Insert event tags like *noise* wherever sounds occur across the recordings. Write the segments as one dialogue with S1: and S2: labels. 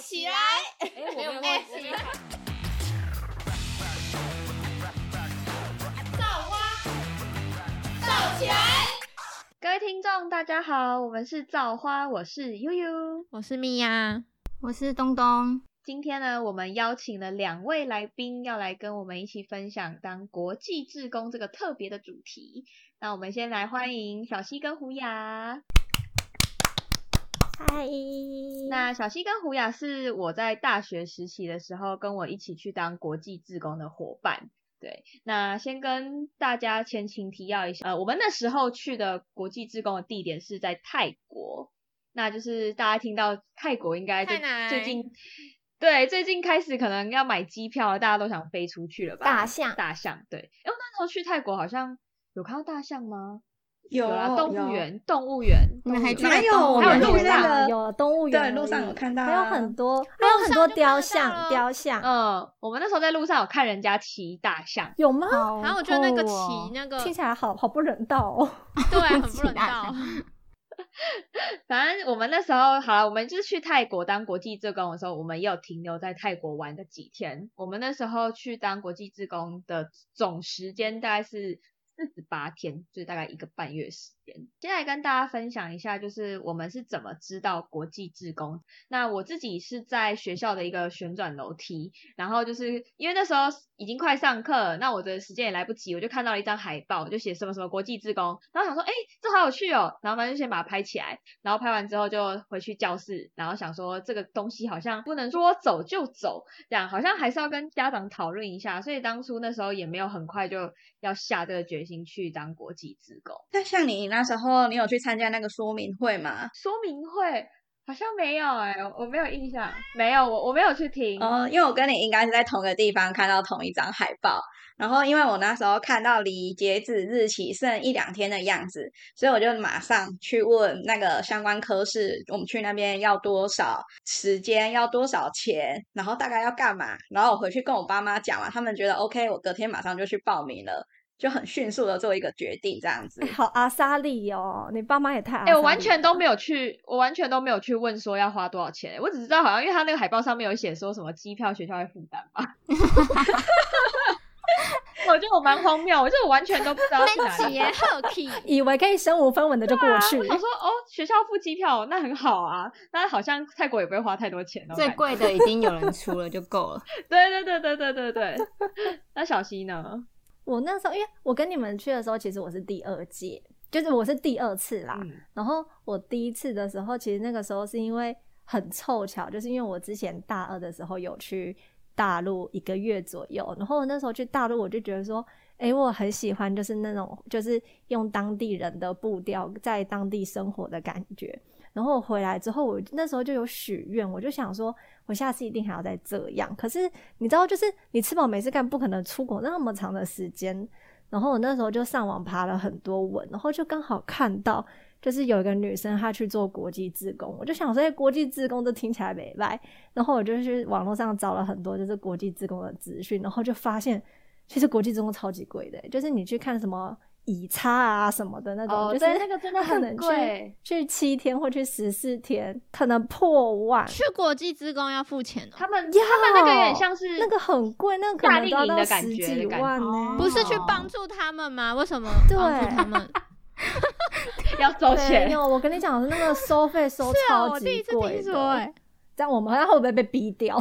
S1: 起来！
S2: 哎，我没有
S1: 哎
S2: 忘记。
S1: 造起来！
S3: 各位听众，大家好，我们是造花，我是悠悠。
S4: 我是米娅，
S5: 我是东东，
S3: 今天呢，我们邀请了两位来宾，要来跟我们一起分享当国际志工这个特别的主题。那我们先来欢迎小溪跟胡雅。
S5: 嗨，
S3: 那小溪跟胡雅是我在大学实习的时候跟我一起去当国际志工的伙伴。对，那先跟大家前情提要一下，呃，我们那时候去的国际志工的地点是在泰国，那就是大家听到泰国应该就
S4: 泰南
S3: 最近，对，最近开始可能要买机票了，大家都想飞出去了吧？
S5: 大象
S3: 大象，对，因为那时候去泰国好像有看到大象吗？
S6: 有
S3: 啦，动物，园，动物园，
S5: 你们还
S3: 动物园
S5: 记
S6: 哪
S5: 得
S6: 有
S5: 动物
S6: 我
S5: 园
S2: 有动物园而
S6: 们去那个对，
S5: 吗
S2: 已，
S6: 路上有看到啊，
S2: 还有很多，
S5: 还有很多雕
S4: 路上就看得
S5: 像，
S4: 到
S5: 雕像，
S3: 嗯，我们那时候在路上有看人家骑大象，
S2: 有吗？
S5: 好
S4: 然后我觉得那个
S5: 酷
S4: 骑
S5: 哦
S4: 那个
S2: 听起来好好不人道哦。
S4: 对啊，很不人
S5: 骑大
S4: 道。
S3: 反正我们那时候好了，我们就是去泰国当国际志工的时候，我们也有停留在泰国玩个几天。我们那时候去当国际志工的总时间大概是四十八天，就是大概一个半月时间。现在跟大家分享一下，就是我们是怎么知道国际志工。那我自己是在学校的一个旋转楼梯，然后就是因为那时候已经快上课了，那我的时间也来不及，我就看到了一张海报，就写什么什么国际志工，然后想说，哎、这好有趣哦，然后反正就先把它拍起来，然后拍完之后就回去教室，然后想说这个东西好像不能说走就走，这样好像还是要跟家长讨论一下，所以当初那时候也没有很快就要下这个决心去当国际志工。
S6: 那像你那时候，你有去参加那个说明会吗？
S3: 说明会好像没有哎、我没有印象，没有我我没有去
S2: 嗯
S3: 听，
S6: 哦，因为我跟你应该是在同个地方看到同一张海报，然后因为我那时候看到离截止日期剩一两天的样子，所以我就马上去问那个相关科室，我们去那边要多少时间，要多少钱，然后大概要干嘛，然后我回去跟我爸妈讲完，他们觉得 OK，我隔天马上就去报名了，就很迅速的做一个决定这样子
S2: *laughs* 哎。好阿莎莉哦，你爸妈也太阿莎莉……
S3: 哎、我完全都没有去，我完全都没有去问说要花多少钱、欸我只知道好像因为他那个海报上面有写说什么机票学校会负担吧。 *laughs* 我觉得我蛮荒谬，我就我完全都不知道去哪
S4: 那
S3: 里。
S4: 杰赫 k
S2: 以为可以身无分文的就过去
S3: 我，想说哦，学校付机票那很好啊，那好像泰国也不会花太多钱哦。
S5: 最贵的已经有人出了就够了。
S3: 对对对对对对对。 *laughs* 那小溪呢？
S2: 我那时候，因为我跟你们去的时候，其实我是第二届，就是我是第二次啦。
S3: 嗯
S2: 然后我第一次的时候，其实那个时候是因为很凑巧，就是因为我之前大二的时候有去大陆一个月左右，然后那时候去大陆，我就觉得说，诶，我很喜欢就是那种就是用当地人的步调在当地生活的感觉。然后我回来之后，我那时候就有许愿，我就想说，我下次一定还要再这样。可是你知道，就是你吃饱没事干，不可能出国那么长的时间。然后我那时候就上网爬了很多文，然后就刚好看到，就是有一个女生她去做国际志工，我就想说，哎，国际志工这听起来美白。然后我就去网络上找了很多就是国际志工的资讯，然后就发现，其实国际志工超级贵的、就是你去看什么。以差啊什么的那种，
S3: 哦
S2: 就是
S3: 对那个真的
S2: 可
S3: 很
S2: 能去
S3: 贵
S2: 去七天或去十四天，可能破万，
S4: *laughs* 去国际职工要付钱哦，
S3: 他们他们那个有点
S2: 要
S3: 像是
S2: 那个很贵，那个可
S3: 夏
S2: 能
S3: 令
S2: 都要
S3: 营
S2: 到
S3: 的感
S2: 十
S3: 觉的
S2: 几
S3: 感觉
S2: 万呢、
S5: 哦
S4: 不是去帮助他们吗？为什么
S2: 对
S4: 帮助
S2: *laughs*
S4: 他们？
S3: 要收
S2: 没
S3: 钱。
S2: 有，我跟你讲，那个收费收超
S3: 啊
S4: 我第
S2: 级
S4: 一次听
S2: 贵
S4: 说，
S2: 的，
S3: 欸
S4: 哎，
S2: 这样我们会不会被逼掉？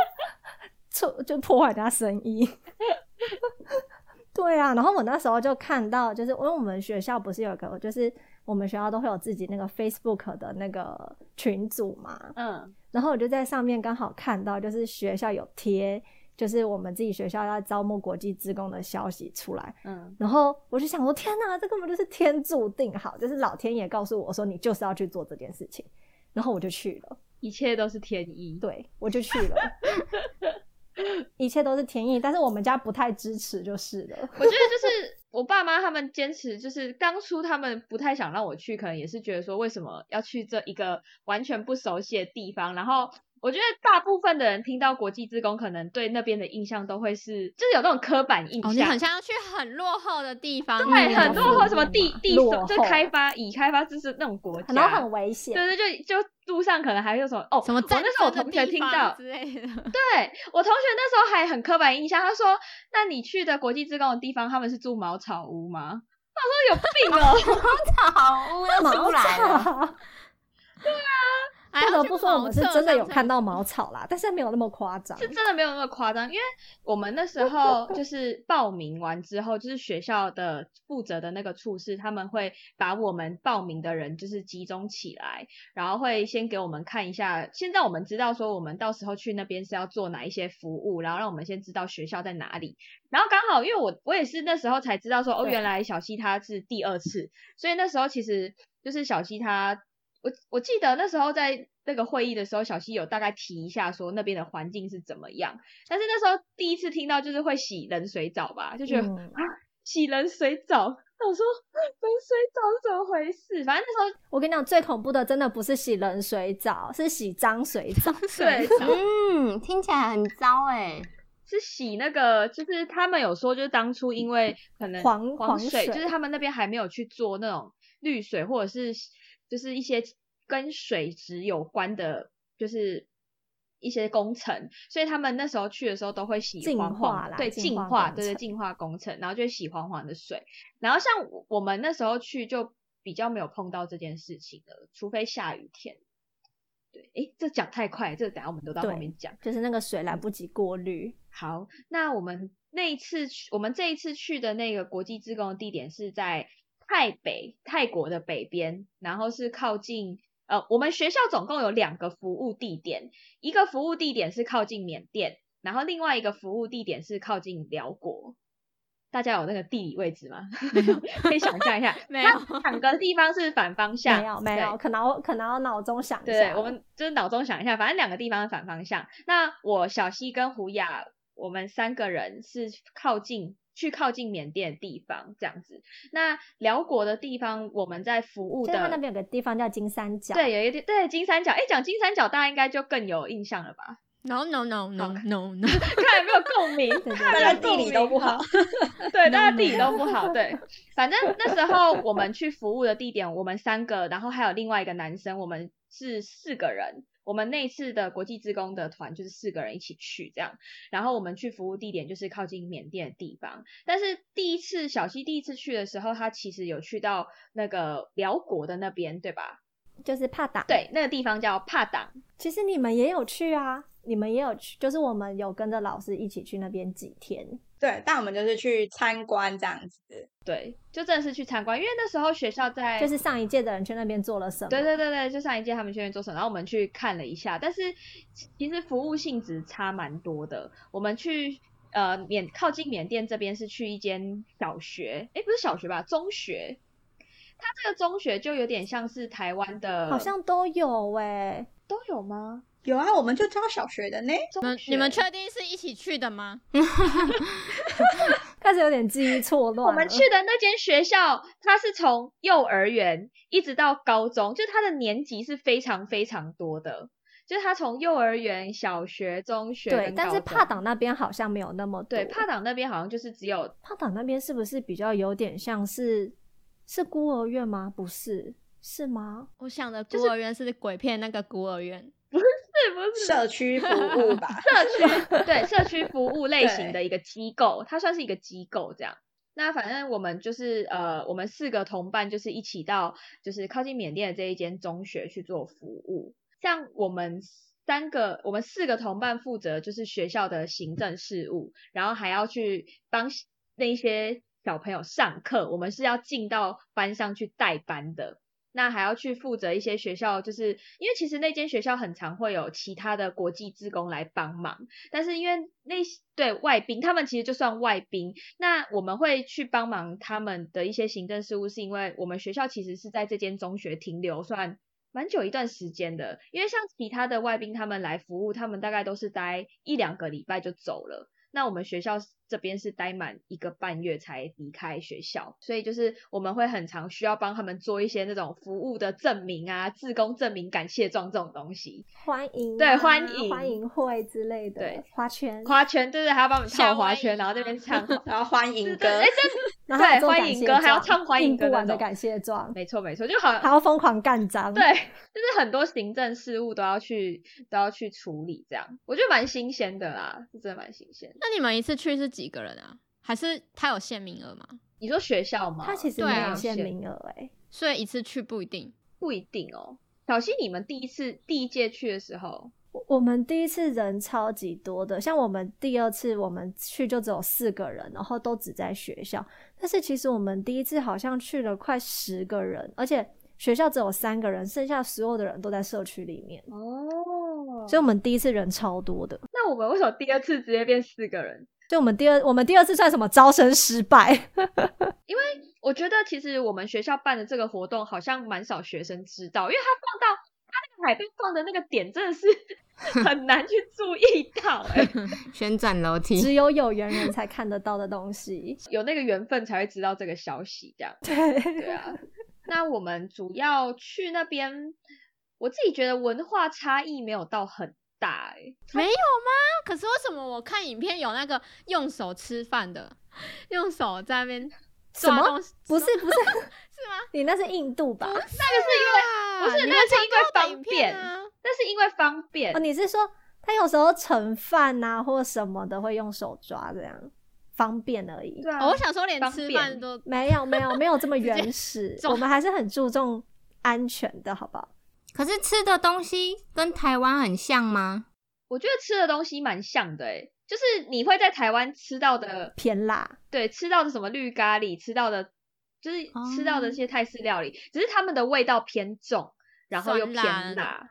S2: *laughs* 就就破坏人家生意。 *laughs* 对啊，然后我那时候就看到，就是因为我们学校不是有个，就是我们学校都会有自己那个 Facebook 的那个群组嘛，
S3: 嗯，
S2: 然后我就在上面刚好看到，就是学校有贴，就是我们自己学校要招募国际职工的消息出来。
S3: 嗯，
S2: 然后我就想说，天哪，这根本就是天注定好，就是老天爷告诉我说你就是要去做这件事情，然后我就去了。
S3: 一切都是天意。
S2: 对，我就去了，一切都是天意，但是我们家不太支持就是了。
S3: 我觉得就是 *laughs* 我爸妈他们坚持，就是当初他们不太想让我去，可能也是觉得说为什么要去这一个完全不熟悉的地方，然后我觉得大部分的人听到国际职工，可能对那边的印象都会是，就是有那种刻板印
S4: 哦，你
S3: 象。
S4: 很像要去很落后的地方，
S2: 嗯
S3: 对，很多或什么地地
S2: 落
S3: 手，就
S2: 后
S3: 开发已开发知识那种国家，
S2: 然后很危险。
S3: 对对，就就路上可能还会有什么哦，
S4: 什么
S3: 我
S4: 战
S3: 那时候我
S4: 争的
S3: 同学
S4: 地
S3: 听
S4: 方
S3: 到，
S4: 之类的，
S3: 对我同学那时候还很刻板印象，他说：“那你去的国际职工的地方，他们是住茅草屋吗？”我说：“有病哦！”
S5: *laughs*
S3: *laughs*
S5: 好污要出来了。
S2: 草，
S4: 哎
S2: *laughs* *laughs* 不
S4: 要
S2: 得
S4: 去
S2: 不说我
S4: 茅
S2: 们是
S4: 厕
S2: 真的
S4: 上
S2: 有
S4: 厕
S2: 看到茅草啦，但是没有那么夸张。
S3: 是真的没有那么夸张，因为我们那时候就是报名完之后，就是学校的负责的那个处室，他们会把我们报名的人就是集中起来，然后会先给我们看一下，先让我们知道说我们到时候去那边是要做哪一些服务，然后让我们先知道学校在哪里。然后刚好因为我我也是那时候才知道说哦，
S2: 对
S3: 原来小西他是第二次，所以那时候其实就是小西他我我记得那时候在那个会议的时候，小西有大概提一下说那边的环境是怎么样，但是那时候第一次听到就是会洗冷水澡吧，就觉得、
S2: 嗯
S3: 啊洗冷水澡，那我说冷水澡是怎么回事？反正那时候
S2: 我跟你讲，最恐怖的真的不是洗冷水澡，是洗脏水澡。
S3: 对
S5: 嗯，听起来很糟哎、
S3: 是洗那个，就是他们有说，就是当初因为可能
S2: 黄
S3: 黄
S2: 黄
S3: 水，
S2: 水
S3: 就是他们那边还没有去做那种滤水或者是就是一些跟水质有关的，就是一些工程，所以他们那时候去的时候都会洗
S2: 净
S3: 黄
S2: 化
S3: 黄
S2: 啦
S3: 对
S2: 净
S3: 净
S2: 化
S3: 化，
S2: 工
S3: 对对
S2: 程
S3: 净化工程，然后就会洗黄黄的水。然后像我我们那时候去就比较没有碰到这件事情了，除非下雨天。对，诶，这讲太快了，这个等一下我们都到后
S2: 对
S3: 面讲。
S2: 就是那个水来不及过滤，
S3: 好，那我们那一次去，我们这一次去的那个国际志工的地点是在泰北，泰国的北边，然后是靠近呃，我们学校总共有两个服务地点，一个服务地点是靠近缅甸，然后另外一个服务地点是靠近辽国。大家有那个地理位置吗？ *laughs* 可以想象一下，
S4: 没
S3: 那
S4: 有
S3: 两个地方是反方向，
S2: 没有没
S3: 对
S2: 有，可能我可能要脑中想一
S3: 对
S2: 下，，哦
S3: 我们就是脑中想一下，反正两个地方是反方向。那我小西跟胡雅，我们三个人是靠近去靠近缅甸的地方这样子。那辽国的地方，我们在服务
S2: 就
S3: 的
S2: 是它那边有个地方叫金三角，
S3: 对，有一点对金三角。哎，讲金三角，大家应该就更有印象了吧？
S4: *laughs* ，no no no no no no，
S3: 看有没有共鸣，
S2: 对
S3: 看有
S6: 大
S3: 没
S6: 家
S3: 有
S6: 地
S3: 共
S6: 理
S3: 鸣
S6: 都不好，
S3: *laughs* 对，
S4: No,
S3: 大家地理都不好。对，反正那时候我们去服务的地点，我们三个，然后还有另外一个男生，我们是四个人。我们那一次的国际职工的团就是四个人一起去这样，然后我们去服务地点就是靠近缅甸的地方。但是第一次小西第一次去的时候，他其实有去到那个辽国的那边，对吧？
S2: 就是帕达。，
S3: 对，那个地方叫帕党。
S2: 其实你们也有去啊，你们也有去，就是我们有跟着老师一起去那边几天，
S6: 对，但我们就是去参观这样子。
S3: 对，就真的是去参观，因为那时候学校在
S2: 就是上一届的人去那边做了什么，
S3: 对对对对，就上一届他们学院做什么，然后我们去看了一下，但是其其实服务性质差蛮多的。我们去呃缅靠近缅甸这边是去一间小学，诶，不是小学吧，中学。它这个中学就有点像是台湾的，
S2: 好像都有哎、
S3: 都有吗？
S6: 有啊，我们就教小学的呢。
S4: 你
S3: 中
S4: 们
S3: 学
S4: 你们确定是一起去的吗？
S2: 开始有点记忆错乱了。
S3: 我们去的那间学校，它是从幼儿园一直到高中，就它的年级是非常非常多的，就是它从幼儿园、小学、中学
S2: 对
S3: 跟，
S2: 但是
S3: 高中
S2: 帕党那边好像没有那么多。
S3: 对帕党那边好像就是只有
S2: 帕党那边是不是比较有点像是是孤儿院吗？不是，是吗？
S4: 我想的孤儿院是鬼片那个孤儿院，
S3: 是不是
S6: 社区服务吧，
S3: 社区对社区服务类型
S6: 对
S3: 的一个机构，它算是一个机构这样。那反正我们就是呃，我们四个同伴就是一起到就是靠近缅甸的这一间中学去做服务。像我们三个，我们四个同伴负责就是学校的行政事务，然后还要去帮那一些小朋友上课。我们是要进到班上去带班的，那还要去负责一些学校，就是因为其实那间学校很常会有其他的国际志工来帮忙，但是因为那些对外宾，他们其实就算外宾，那我们会去帮忙他们的一些行政事务，是因为我们学校其实是在这间中学停留算蛮久一段时间的，因为像其他的外宾他们来服务，他们大概都是待一两个礼拜就走了。那我们学校这边是待满一个半月才离开学校，所以就是我们会很常需要帮他们做一些那种服务的证明啊、自工证明、感谢状这种东西。
S2: 欢迎啊、
S3: 对欢迎
S2: 欢迎会之类的，
S3: 对，
S2: 花圈，
S3: 花圈对对，还要帮我们
S4: 夏
S3: 跳
S4: 威
S3: 花
S4: 夷
S3: 圈，然后这
S4: 吗
S3: 边唱，
S6: 然后欢迎歌，
S3: 哎，
S2: *laughs*
S3: 这
S2: 然后
S3: 对
S2: 还有做
S3: 欢
S2: 感
S3: 迎
S2: 谢
S3: 歌还要
S2: 状
S3: 唱欢迎
S2: 印
S3: 歌
S2: 不
S3: 那
S2: 完的
S3: 种
S2: 感谢状，
S3: 没错没错，就好
S2: 还要疯狂干章，
S3: 对，就是很多行政事务都要去都要去处理，这样我觉得蛮新鲜的啦，是真的蛮新鲜的。
S4: 那你们一次去是几个人啊？还是他有限名额吗？
S3: 你说学校吗？
S2: 他其实
S4: 对
S2: 没
S4: 啊
S2: 有限
S3: 限
S2: 名额哎、
S4: 所以一次去不一定。
S3: 不一定哦。小新，你们第一次第一届去的时候，
S2: 我我们第一次人超级多的，像我们第二次我们去就只有四个人，然后都只在学校。但是其实我们第一次好像去了快十个人，而且学校只有三个人，剩下所有的人都在社区里面，
S3: 哦
S2: 所以我们第一次人超多的。
S3: 那我们为什么第二次直接变四个人？
S2: 所以我们第二我们第二次算什么招生失败？ *laughs*
S3: 我觉得其实我们学校办的这个活动好像蛮少学生知道，因为他放到他那个海报放的那个点真的是 *laughs* 很难去注意到、欸，
S5: 旋转楼梯，
S2: 只有有缘人才看得到的东西。
S3: 有那个缘分才会知道这个消息，这样。
S2: 对，
S3: *laughs* 对啊，那我们主要去那边，我自己觉得文化差异没有到很大、欸，
S4: 没有吗？可是为什么我看影片有那个用手吃饭的，用手在那边
S2: 什
S4: 抓
S2: 么
S4: 东西？
S2: 不是不是，
S4: 是吗？
S2: *laughs* 你那是印度吧？
S4: 那
S3: 不是
S4: 啊你
S3: 那
S4: 们
S3: 是
S4: 常
S3: 因为
S4: 看到的
S3: 方
S4: 影片
S3: 便
S4: 啊。
S3: 那是因为方便
S2: 哦，。你是说他有时候盛饭呐或什么的会用手抓这样方便而已？
S3: 对啊，
S4: 哦我想说，连
S3: 方
S4: 吃
S3: 便
S4: 饭都
S2: 没有没有没有这么
S4: 直接
S2: 原始，
S4: 抓
S2: 我们还是很注重安全的，好不好？
S5: 可是吃的东西跟台湾很像吗？
S3: 我觉得吃的东西蛮像的、欸，就是你会在台湾吃到的，
S2: 偏辣，
S3: 对，吃到的什么绿咖喱，吃到的，就是吃到的
S2: 哦
S3: 一些泰式料理，只是他们的味道偏重，然后又
S4: 酸
S3: 偏
S4: 辣
S3: 辣，
S4: 那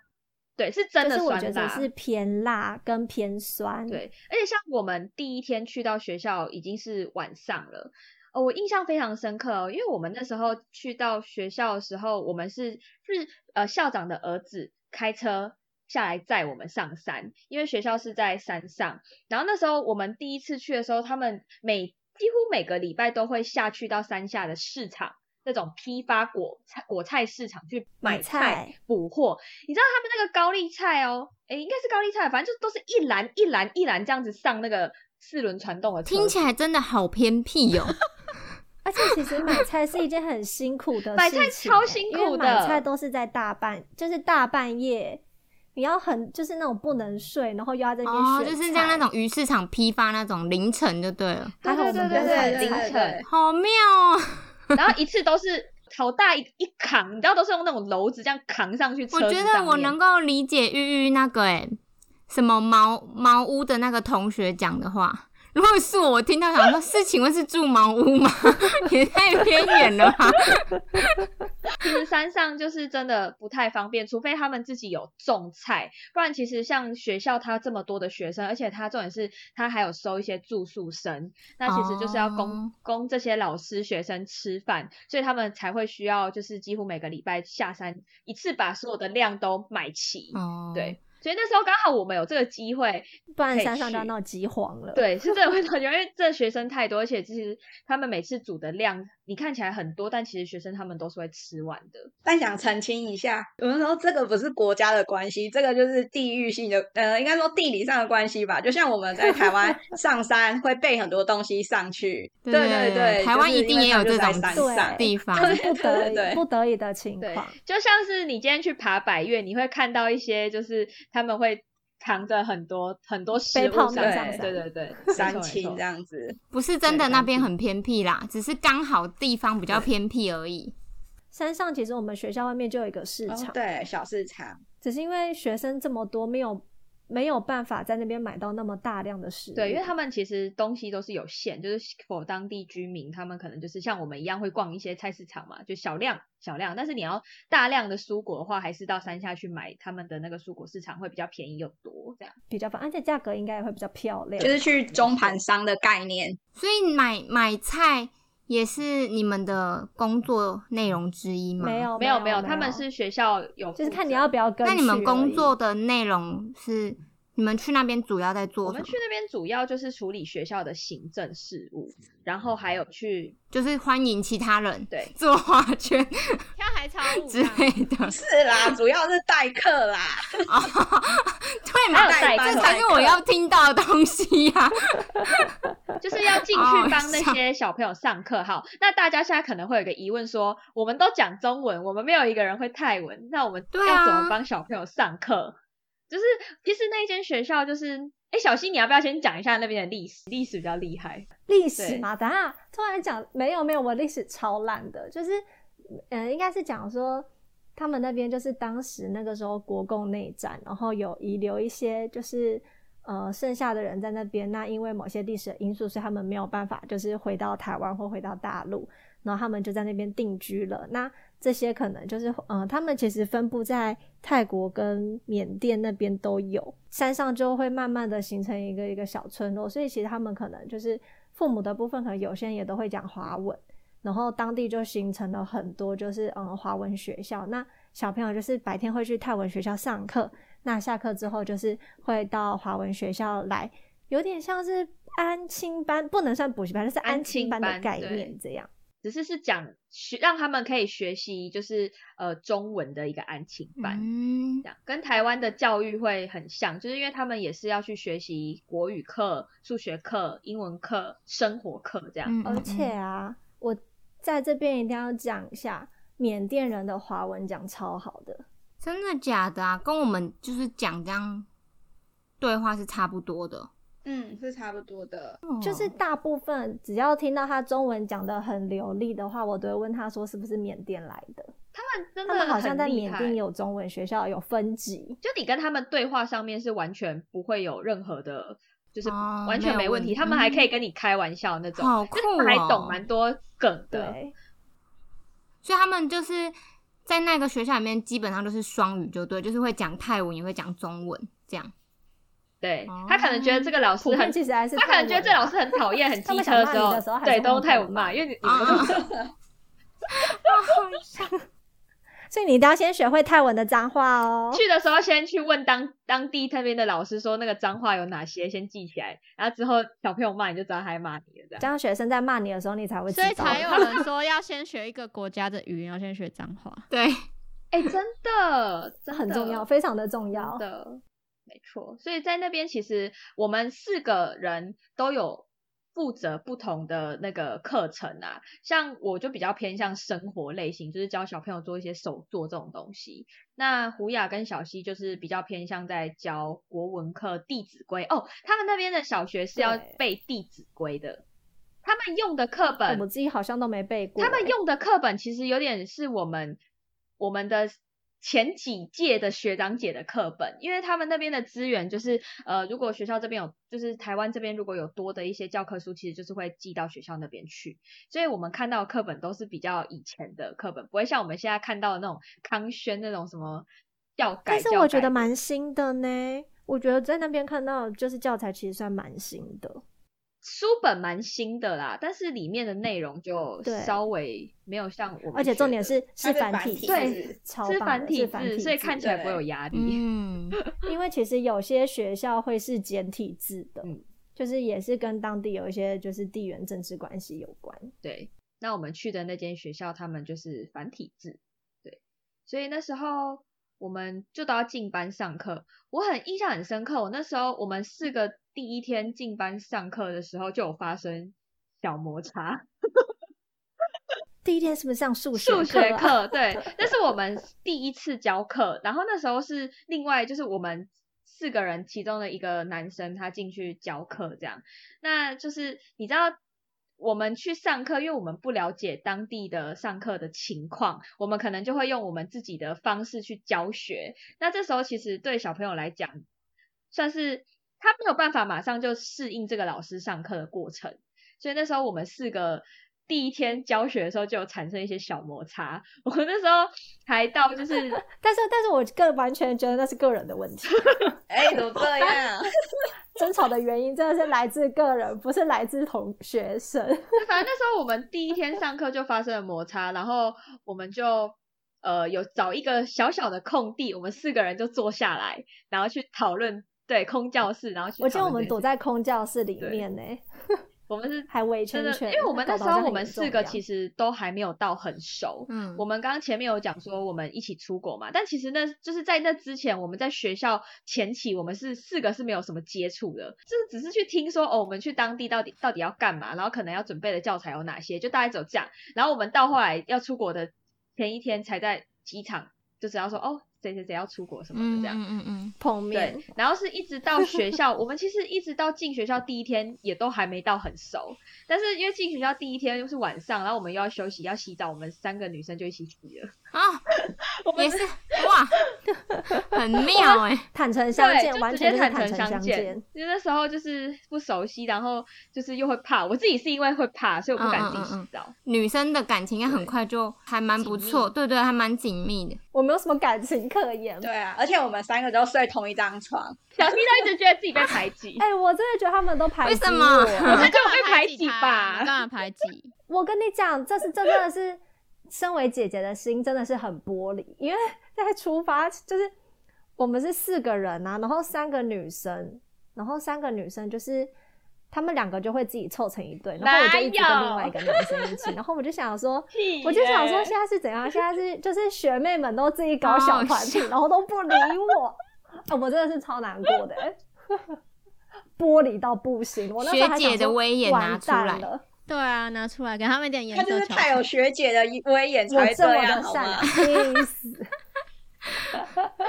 S3: 对，是真
S2: 就
S3: 的
S2: 是我
S3: 酸
S2: 觉
S3: 辣
S2: 得。是偏辣跟偏酸。，
S3: 对，而且像我们第一天去到学校已经是晚上了，哦，我印象非常深刻哦，因为我们那时候去到学校的时候，我们是是呃校长的儿子开车下来载我们上山，因为学校是在山上。然后那时候我们第一次去的时候，他们每几乎每个礼拜都会下去到山下的市场。那种批发果菜果菜市场去
S2: 买
S3: 买菜
S2: 菜
S3: 补货，你知道他们那个高丽菜哦，诶，应该是高丽菜，反正就都是一篮一篮一篮这样子上那个四轮传动的车，
S5: 听起来真的好偏僻哦。
S2: 而且其实买菜是一件很辛苦的
S3: 买
S2: 事
S3: 菜
S2: 情欸，
S3: 超辛
S2: 因
S3: 苦
S2: 为
S3: 的
S2: 买菜都是在大半，就是大半夜，你要很就是那种不能睡，然后又要在那边
S5: 哦，
S2: 选
S5: 就是像那
S2: 菜
S5: 种鱼市场批发那种凌晨就对了，
S2: 还好我们
S3: 对
S2: 不
S3: 对
S2: 是
S3: 对
S2: 很
S3: 对
S6: 凌
S2: 菜
S3: 对
S6: 晨，
S5: 好妙 *laughs* 哦！
S3: 然后一次都是好大一一扛，你知道都是用那种篓子这样扛上去车
S5: 我
S3: 子
S5: 觉
S3: 上
S5: 得我
S3: 面
S5: 能够理解玉玉那个哎、什么茅茅屋的那个同学讲的话。如果是我，我听到想说，是请问是住茅屋吗？ *laughs* 也太偏远了吧！
S3: 其实山上就是真的不太方便，除非他们自己有种菜，不然其实像学校它这么多的学生，而且它重点是它还有收一些住宿生，那其实就是要供、
S5: 哦
S3: 供这些老师学生吃饭，所以他们才会需要就是几乎每个礼拜下山一次把所有的量都买齐，
S5: 哦，
S3: 对。所以那时候刚好我们有这个机会，
S2: 不然
S3: 可以
S2: 山上就要
S3: 去
S2: 闹饥荒了。，
S3: 对，是真的会感觉，因为这学生太多，而且其实他们每次煮的量，你看起来很多，但其实学生他们都是会吃完的。
S6: 但想澄清一下，有人说这个不是国家的关系，这个就是地域性的，呃，应该说地理上的关系吧。就像我们在台湾上山会备很多东西上去，
S5: 对
S6: 对
S5: 对
S6: 对，
S5: 台湾
S6: 就是
S5: 一定
S6: 因为
S5: 也
S6: 它
S5: 有
S6: 就
S5: 这
S6: 在
S5: 种
S6: 山
S2: 对
S6: 上
S5: 地方
S2: 就是不得
S6: 对对
S2: 已不得已的情
S3: 对
S2: 况。，
S3: 就像是你今天去爬百越，你会看到一些就是他们会扛着很多很多食
S2: 背
S3: 物
S2: 泡
S3: 上
S2: 面
S3: 来，
S2: 上
S3: 对
S2: 山 *laughs*
S3: 对对，
S6: 山
S3: 青
S6: 青这。样子。
S5: 不是真
S3: 对
S5: 的那
S3: 山
S5: 边
S3: 地
S5: 很偏僻啦，只是刚好地方比较偏僻而已。
S2: 山上其实我们学校外面就有一个市
S6: 哦
S2: 场，
S6: 对，小市场。
S2: 只是因为学生这么多，没有没有办法在那边买到那么大量的食物。
S3: 对，因为他们其实东西都是有限，就是否当地居民，他们可能就是像我们一样会逛一些菜市场嘛，就小量小量。但是你要大量的蔬果的话，还是到山下去买他们的那个蔬果市场会比较便宜又多这样。
S2: 比较方，而且价格应该也会比较漂亮。
S6: 就是去中盘商的概念，
S5: 所以买买菜也是你们的工作内容之一吗？
S2: 哦没，有
S3: 没
S2: 有
S3: 有没有，他们是学校有
S2: 就是
S3: 负
S2: 看你
S3: 责
S2: 要不要跟。
S5: 那你们工作的内容是你们去那边主要在
S3: 我
S5: 做什
S3: 们
S5: 么
S3: 去？那边主要就是处理学校的行政事务，然
S2: 嗯
S3: 后还有去
S5: 就是欢迎其他人
S3: 对
S5: 做花圈
S4: 跳海草舞
S5: 之
S4: 吧
S5: 类
S6: *laughs*
S5: 的。
S6: 是啦，主要是代课啦。
S5: 哦，对嘛，
S3: 还有代班
S5: 这才是我要听到的东西呀、
S3: 就是要进
S5: 哦 *laughs*
S3: 去帮那些小朋友上课。好，那大家现在可能会有一个疑问说，我们都讲中文，我们没有一个人会泰文，那我们
S5: 对啊
S3: 要怎么帮小朋友上课？就是其实那间学校就是。哎，小溪，你要不要先讲一下那边的历史？历史比较厉害。
S2: 历史
S3: 对
S2: 嘛，等下突然讲没有没有，我历史超烂的，就是嗯、呃应该是讲说他们那边就是当时那个时候国共内战，然后有遗留一些就是呃剩下的人在那边，那因为某些历史的因素，所以他们没有办法就是回到台湾或回到大陆，然后他们就在那边定居了。那这些可能就是，呃，他们其实分布在泰国跟缅甸那边都有，山上就会慢慢的形成一个一个小村落，所以其实他们可能就是父母的部分，可能有些人也都会讲华文，然后当地就形成了很多就是嗯华文学校，那小朋友就是白天会去泰文学校上课，那下课之后就是会到华文学校来，有点像是安亲班，不能算补习班，就是安
S3: 安
S2: 亲
S3: 亲
S2: 班的
S3: 班
S2: 概
S3: 对
S2: 念这样。
S3: 只是是讲学让他们可以学习，就是呃中文的一个安亲班，
S5: 嗯
S3: 这，样跟台湾的教育会很像，就是因为他们也是要去学习国语课、数学课、英文课、生活课这样。
S5: 嗯
S2: 而且啊，我在这边一定要讲一下，缅甸人的华文讲超好的，
S5: 真的假的啊？跟我们就是讲这样对话是差不多的，
S6: 嗯，是差不多的。
S3: 嗯
S2: 就是大部分只要听到他中文讲的很流利的话，我都会问他说是不是缅甸来的。
S3: 真
S2: 他
S3: 的
S2: 们好像
S3: 很
S2: 在
S3: 厉
S2: 缅
S3: 害
S2: 甸有中文学校，有分级。
S3: 就你跟他们对话上面是完全不会有任何的，就是
S5: 哦
S3: 完全
S5: 没
S3: 没
S5: 有
S3: 问题，
S5: 问
S3: 他们还可以
S5: 嗯
S3: 跟你开玩笑那种，
S5: 好
S3: 就是他们
S5: 酷
S3: 还
S5: 哦
S3: 懂蛮多梗 *laughs* 的。
S2: 对，
S5: 所以他们就是在那个学校里面，基本上就是双语，就对，就是会讲泰文，也会讲中文，这样。
S3: 对
S5: 哦
S3: 他可能觉得这个老
S2: 普
S3: 师
S2: 遍
S3: 很，
S2: 其实还是
S3: 他可能觉得这
S2: 泰文
S3: 老师很讨厌、
S2: *laughs*
S3: 很
S2: 他
S3: 机
S2: 们
S3: 车
S2: 想
S3: 时
S2: 骂你
S3: 候
S2: 的时候，还是
S3: 对，
S2: 会
S3: 都用泰文
S2: 骂哦
S3: 骂，因
S2: *laughs*
S3: 为你
S5: 啊
S3: 们都是
S2: 所以你一定要先学会泰文的脏话哦。
S3: 去的时候先去问当当地那边的老师说那个脏话有哪些，先记起来，然后之后小朋友骂你就知道他在骂你了这样
S2: 这。样学生在骂你的时候，你才会知
S4: 所以
S2: 道。
S4: 才有人说要先学一个国家的语言，要先学脏话。
S5: 对，
S3: 哎、真的，
S2: 这
S3: 真
S2: 很重
S3: 的
S2: 要，非常的重要
S3: 真。的，没错。所以在那边，其实我们四个人都有负责不同的那个课程啊。像我就比较偏向生活类型，就是教小朋友做一些手作这种东西。那胡雅跟小溪就是比较偏向在教国文课《弟子规》哦，他们那边的小学是要
S2: 对
S3: 背《弟子规》的，他们用的课
S2: 我
S3: 本
S2: 们自己好像都没背过欸、
S3: 他们用的课本其实有点是我们我们的前几届的学长姐的课本，因为他们那边的资源就是呃，如果学校这边有，就是台湾这边如果有多的一些教科书，其实就是会寄到学校那边去，所以我们看到的课本都是比较以前的课本，不会像我们现在看到的那种康轩那种什么教改。
S2: 但是
S3: 教
S2: 我觉
S3: 改
S2: 得
S3: 的
S2: 蛮新的呢。我觉得在那边看到的就是教材，其实算蛮新的。
S3: 书本蛮新的啦，但是里面的内容就
S2: 对
S3: 稍微没有像我们学的，
S2: 而且重点是是
S6: 它是
S2: 繁
S6: 繁
S2: 体字，
S6: 体对
S2: 超
S3: 是
S2: 棒的
S3: 繁体
S2: 是
S3: 字，所以看起来不会有
S6: 对
S3: 压力。
S5: 嗯，
S2: 因为其实有些学校会是简体字的，
S3: 嗯
S2: 就是也是跟当地有一些就是地缘政治关系有关。
S3: 对，那我们去的那间学校，他们就是繁体字，对，所以那时候我们就都要进班上课。我很印象很深刻，我那时候我们四个第一天进班上课的时候就有发生小摩擦，
S2: 第一天是不是上数学
S3: 数
S2: 课、
S3: 学
S2: 啊？ *laughs*
S3: 课，对，那是我们第一次教课，然后那时候是另外就是我们四个人其中的一个男生他进去教课这样，那就是你知道。我们去上课，因为我们不了解当地的上课的情况，我们可能就会用我们自己的方式去教学。那这时候其实对小朋友来讲，算是他没有办法马上就适应这个老师上课的过程，所以那时候我们四个第一天教学的时候就有产生一些小摩擦。我那时候还
S2: *laughs*
S3: 到就是
S2: 但是但是我个完全觉得那是个人的问题，
S6: 哎、怎么这
S2: *laughs*
S6: 样？
S2: 争吵的原因真的是来自个人，不是来自同学生。
S3: 反正那时候我们第一天上课就发生了摩擦，然后我们就呃有找一个小小的空地，我们四个人就坐下来，然后去讨论对空教室，然后去
S2: 我记得
S3: 讨
S2: 我
S3: 论
S2: 们
S3: 这件
S2: 躲
S3: 事
S2: 在空教室里面呢、
S3: 我们是
S2: 还围
S3: 真
S2: 圈
S3: 的，
S2: 圈，
S3: 因为我们那
S2: 搞
S3: 时
S2: 得好
S3: 候
S2: 像
S3: 我
S2: 很
S3: 们
S2: 严重
S3: 四
S2: 一
S3: 个
S2: 样
S3: 其实都还没有到很熟。
S5: 嗯，
S3: 我们刚刚前面有讲说我们一起出国嘛，但其实那就是在那之前，我们在学校前期我们是四个是没有什么接触的，就是只是去听说哦，我们去当地到底到底要干嘛，然后可能要准备的教材有哪些，就大概只有这样。然后我们到后来要出国的前一天才在机场就知道说哦，谁谁谁要出国什么的
S5: 嗯
S3: 这样。
S5: 嗯嗯嗯，
S2: 碰面
S3: 对，，然后是一直到学校，我们其实一直到进学校第一天也都还没到很熟，但是因为进学校第一天又是晚上，然后我们又要休息要洗澡，我们三个女生就一起洗了。
S5: 啊，
S3: 我们
S5: 也是哇，很妙哎、
S2: 坦诚相
S3: 对，
S2: 见，
S3: 就
S2: 完
S3: 直
S2: 全
S3: 接
S2: 就是
S3: 坦
S2: 坦
S3: 诚
S2: 诚
S3: 相
S2: 见。。
S3: 因为那时候就是不熟悉，然后就是又会怕，我自己是因为会怕，所以我
S2: 嗯
S3: 不敢自己洗澡。
S5: 女生的感情应该很快就还蛮不错，对对，还蛮紧密的。
S2: 我没有什么感情可言。
S6: 对啊，而且我们三个都睡同一张床，
S3: 小 C 都一直觉得自己被排
S2: *laughs*
S3: 挤，
S2: 哎、我真的觉得他们都排
S5: 为
S2: 挤
S5: 什么 *laughs*
S2: 我
S3: *laughs* 那就
S4: 干嘛
S3: 被排
S4: 排
S3: 挤
S4: 他啊
S3: 吧
S4: 你干嘛排挤？
S2: 我跟你讲，这是这真的是，身为姐姐的心真的是很玻璃，因为 *laughs* 在出发就是我们是四个人啊，然后三个女生，然后三个女生就是她们两个就会自己凑成一对，然后我就一直跟另外一个男生一起，然后我就想说。
S3: 屁
S2: 我就想说
S5: 哎
S3: 耶
S2: 现在是怎样？现在是就是学妹们都自己搞
S5: 哦
S2: 小团体，
S5: 好
S2: 然后都不理我，啊，我真的是超难过的、欸，玻璃到不行。我那时候还想说
S5: 学姐的威严拿出来
S2: 完蛋了
S4: 对啊，拿出来给他们一点颜
S6: 她
S4: 色
S6: 就是
S4: 瞧
S6: 太有
S4: 瞧
S6: 学姐的威严才
S2: 我
S5: 啊
S6: 会
S2: 这么
S6: 样，
S2: 的
S6: 好
S2: 善
S6: 吗
S2: 良，？气
S5: *laughs*
S2: 死，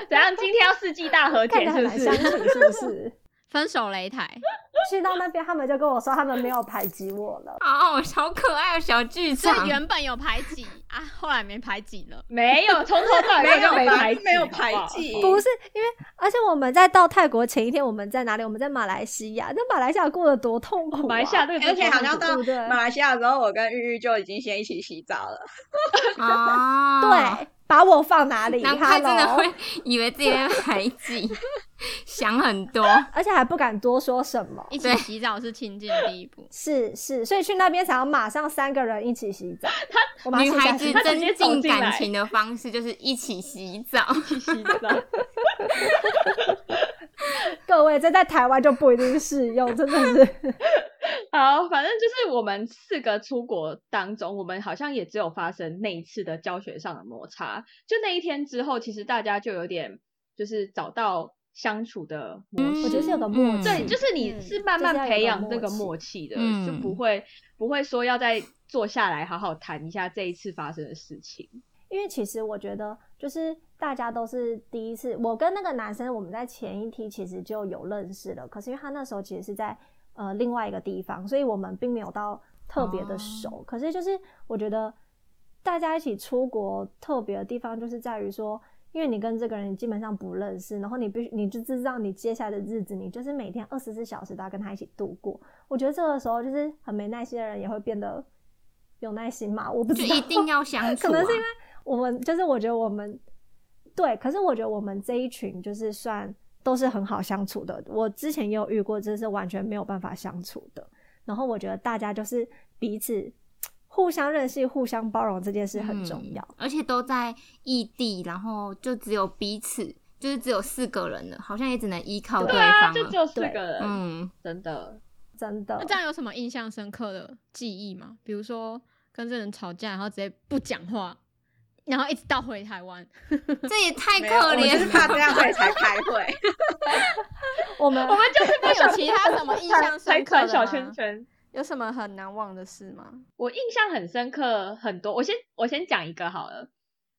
S3: 怎样？今天要世纪大和
S2: 看
S3: 解
S2: 着
S3: 是
S2: 很
S3: 不
S2: 难相
S3: 是？
S5: *laughs*
S2: 处，是不是？
S4: 分手擂台，
S2: 去到那边，他们就跟我说他们没有排挤我了。
S5: 哦，好可爱哦，小剧
S4: 所
S5: 场
S4: 以。原本有排挤啊，后来没排挤了。
S3: 没有，从头到尾
S6: 没
S3: 就
S6: 有
S3: 没
S6: 吧
S3: 排挤，
S6: 没有
S3: 好不好
S6: 排挤
S2: 不是因为，而且我们在到泰国前一天，我们在哪里？我们在马来西亚。那马来西亚过得多痛苦、啊！
S3: 马来西亚这个
S6: *laughs*
S3: 真
S6: 而
S3: 的
S6: 且
S3: 超
S6: 好
S3: 痛
S6: 像
S3: 苦
S6: 到
S2: *laughs* 对不对
S6: 马来西亚的时候，我跟玉玉就已经先一起洗澡了。
S5: 哦，
S2: *laughs* 对，把我放哪里？
S5: 难怪真的
S2: Hello
S5: 会以为自己被排
S3: *laughs*
S5: 挤，想很多。
S2: 而且还不敢多说什么。，
S4: 一起洗澡是亲近的第一步
S2: 是是，所以去那边才要马上三个人一起洗
S5: *laughs*
S2: 澡。我马
S5: 女
S2: 上
S5: 孩
S2: 下
S5: 子
S2: 去
S3: 她直接
S5: 增
S3: 走
S5: 进
S3: 进来
S5: 感情的方式就是一起洗澡。
S3: 去 *laughs* 洗澡。
S2: 各位，这在台湾就不一定适用，真的
S5: *laughs*
S2: 是。
S3: 好，反正就是我们四个出国当中，我们好像也只有发生那一次的教学上的摩擦。就那一天之后，其实大家就有点就是找到相处的模式。
S2: 我觉得是有个默
S5: 嗯
S2: 契。
S3: 对，就是你是慢
S2: 就是要
S3: 慢
S2: 有
S3: 培
S2: 个
S3: 养
S2: 默
S3: 那个
S2: 契
S3: 默契的，
S5: 嗯
S3: 就不会不会说要再坐下来好好谈一下这一次发生的事情。
S2: 因为其实我觉得，就是大家都是第一次。我跟那个男生，我们在前一梯其实就有认识了，可是因为他那时候其实是在呃另外一个地方，所以我们并没有到特别的
S5: 哦
S2: 熟。可是就是我觉得大家一起出国特别的地方，就是在于说。因为你跟这个人你基本上不认识，然后你必须你就知道你接下来的日子，你就是每天二十四小时都要跟他一起度过。我觉得这个时候就是很没耐心的人也会变得有耐心嘛，我不
S5: 就
S2: 知道，
S5: 一定要相处、
S2: 可
S5: 啊。
S2: 能是因为我们就是我觉得我们对，可是我觉得我们这一群就是算都是很好相处的。我之前也有遇过，就是完全没有办法相处的。然后我觉得大家就是彼此互相认识、互相包容这件事很重要。
S5: 嗯而且都在异地，然后就只有彼此，就是只有四个人了，好像也只能依靠
S2: 对
S5: 方
S3: 啊，
S5: 了。
S3: 就只有四
S2: 对
S3: 个人，
S5: 嗯，
S3: 真的。
S2: 真的
S4: 那这样有什么印象深刻的记忆吗？比如说跟这人吵架，然后直接不讲话，然后一直到回台湾，
S5: 这也太
S6: 没有
S5: 可
S6: 我就
S5: 怜
S6: 是
S5: 了。
S6: 怕这样所以才开会。 *laughs*
S2: 我们
S3: 我们就是
S4: 那有其他什么印象深
S3: 才
S4: 刻
S3: 传
S4: 的吗
S3: 小圈圈。
S4: 有什么很难忘的事吗？
S3: 我印象很深刻很多，我先我先讲一个好了。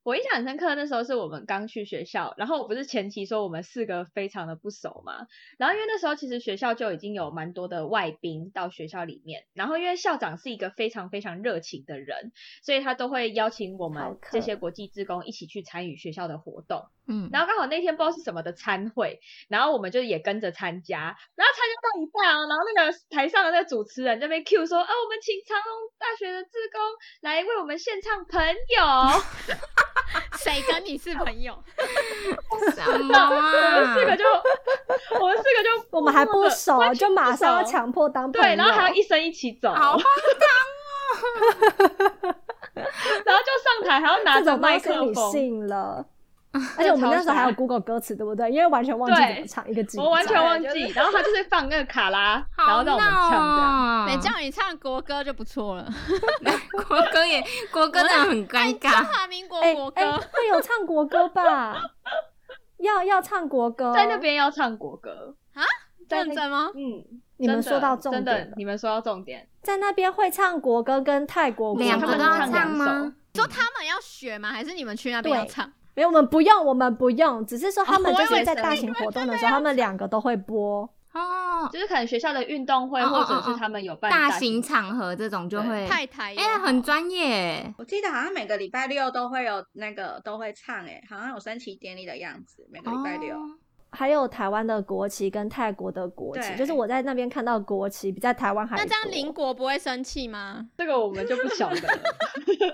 S3: 我印象很深刻，那时候是我们刚去学校，然后我不是前期说我们四个非常的不熟嘛，然后因为那时候其实学校就已经有蛮多的外宾到学校里面，然后因为校长是一个非常非常热情的人，所以他都会邀请我
S2: 好
S3: 们
S2: 客
S3: 这些国际职工一起去参与学校的活动。
S5: 嗯，
S3: 然后刚好那天不知道是什么的餐会，然后我们就也跟着参加，然后参加到一半哦，然后那个台上的那个主持人这边 Q 说，啊，我们请长隆大学的志工来为我们献唱《朋友》
S4: *laughs*
S2: *laughs*
S4: 谁跟你是朋
S3: *laughs*
S4: 友？
S5: 什么
S3: 然后 *laughs* 我们
S5: 啊？
S3: 四个就，我们四个就
S2: 我们还
S3: 默
S2: 不
S3: 默地
S2: 熟
S3: 完，全
S2: 就马上要
S3: 不熟
S2: 强迫当朋友，
S3: 对，然后还要一生一起走，然
S5: 好
S3: 后
S5: 荒
S3: 就上台还要拿
S2: 这
S3: 着
S2: 种
S3: 麦
S2: 东西
S3: 克
S2: 你
S3: 风， *laughs*
S2: 信了？而且我们
S3: 超
S2: 那时候还有
S3: 傻
S2: Google 歌词，对不对？因为完全忘记
S3: 对
S2: 怎么唱一个字，
S3: 我完全忘
S6: 就是
S3: 记。然后他就是放那个卡拉，然后
S5: 好啊
S3: 让我们唱这样。
S5: 闹哦！
S4: 没
S5: *laughs*
S4: 叫你唱国歌就不错了，
S5: 国歌也国歌真的很尴
S4: 中
S5: 尬，
S3: *laughs*
S4: 华民国
S2: 哎
S4: 国歌。
S2: 哎，会有唱国歌吧？ *laughs* 要要唱国歌，
S3: 在那边要唱国歌，在
S4: 认真吗？
S3: 嗯，
S2: 你们说到重
S3: 真的，
S2: 点了
S3: 真的，你们说到重点，
S2: 在那边会唱国歌跟泰国国
S5: 两
S2: 歌
S5: 个都
S3: 他
S5: 要
S3: 们
S5: 唱
S3: 唱两
S5: 吗
S3: 首？
S4: 说他们要学吗？还是你们去那边要
S2: 对
S4: 唱？
S2: 没有，我们不用，我们不用，只是说他们
S4: 哦
S2: 就
S4: 我以
S2: 是
S4: 为
S2: 在
S4: 是
S2: 大
S4: 你
S2: 型
S4: 们
S2: 活动的时候，他们两个都会播。
S5: 哦，
S3: 就是可能学校的运动会，
S5: 哦哦
S3: 或者
S5: 哦哦
S3: 是他们有办
S5: 大型
S3: 型
S5: 场合这种就
S3: 对
S5: 会，
S4: 太太也
S5: 哎，
S4: 好
S5: 很专业。
S6: 我记得好像每个礼拜六都会有那个都会唱诶、好像有升旗典礼的样子，每个礼拜六。
S5: 哦
S2: 还有台湾的国旗跟泰国的国旗，
S6: 对
S2: 就是我在那边看到国旗比在台湾还
S4: 那这样
S2: 多
S4: 邻国不会生气吗？
S3: 这个我们就不晓得了。 *laughs*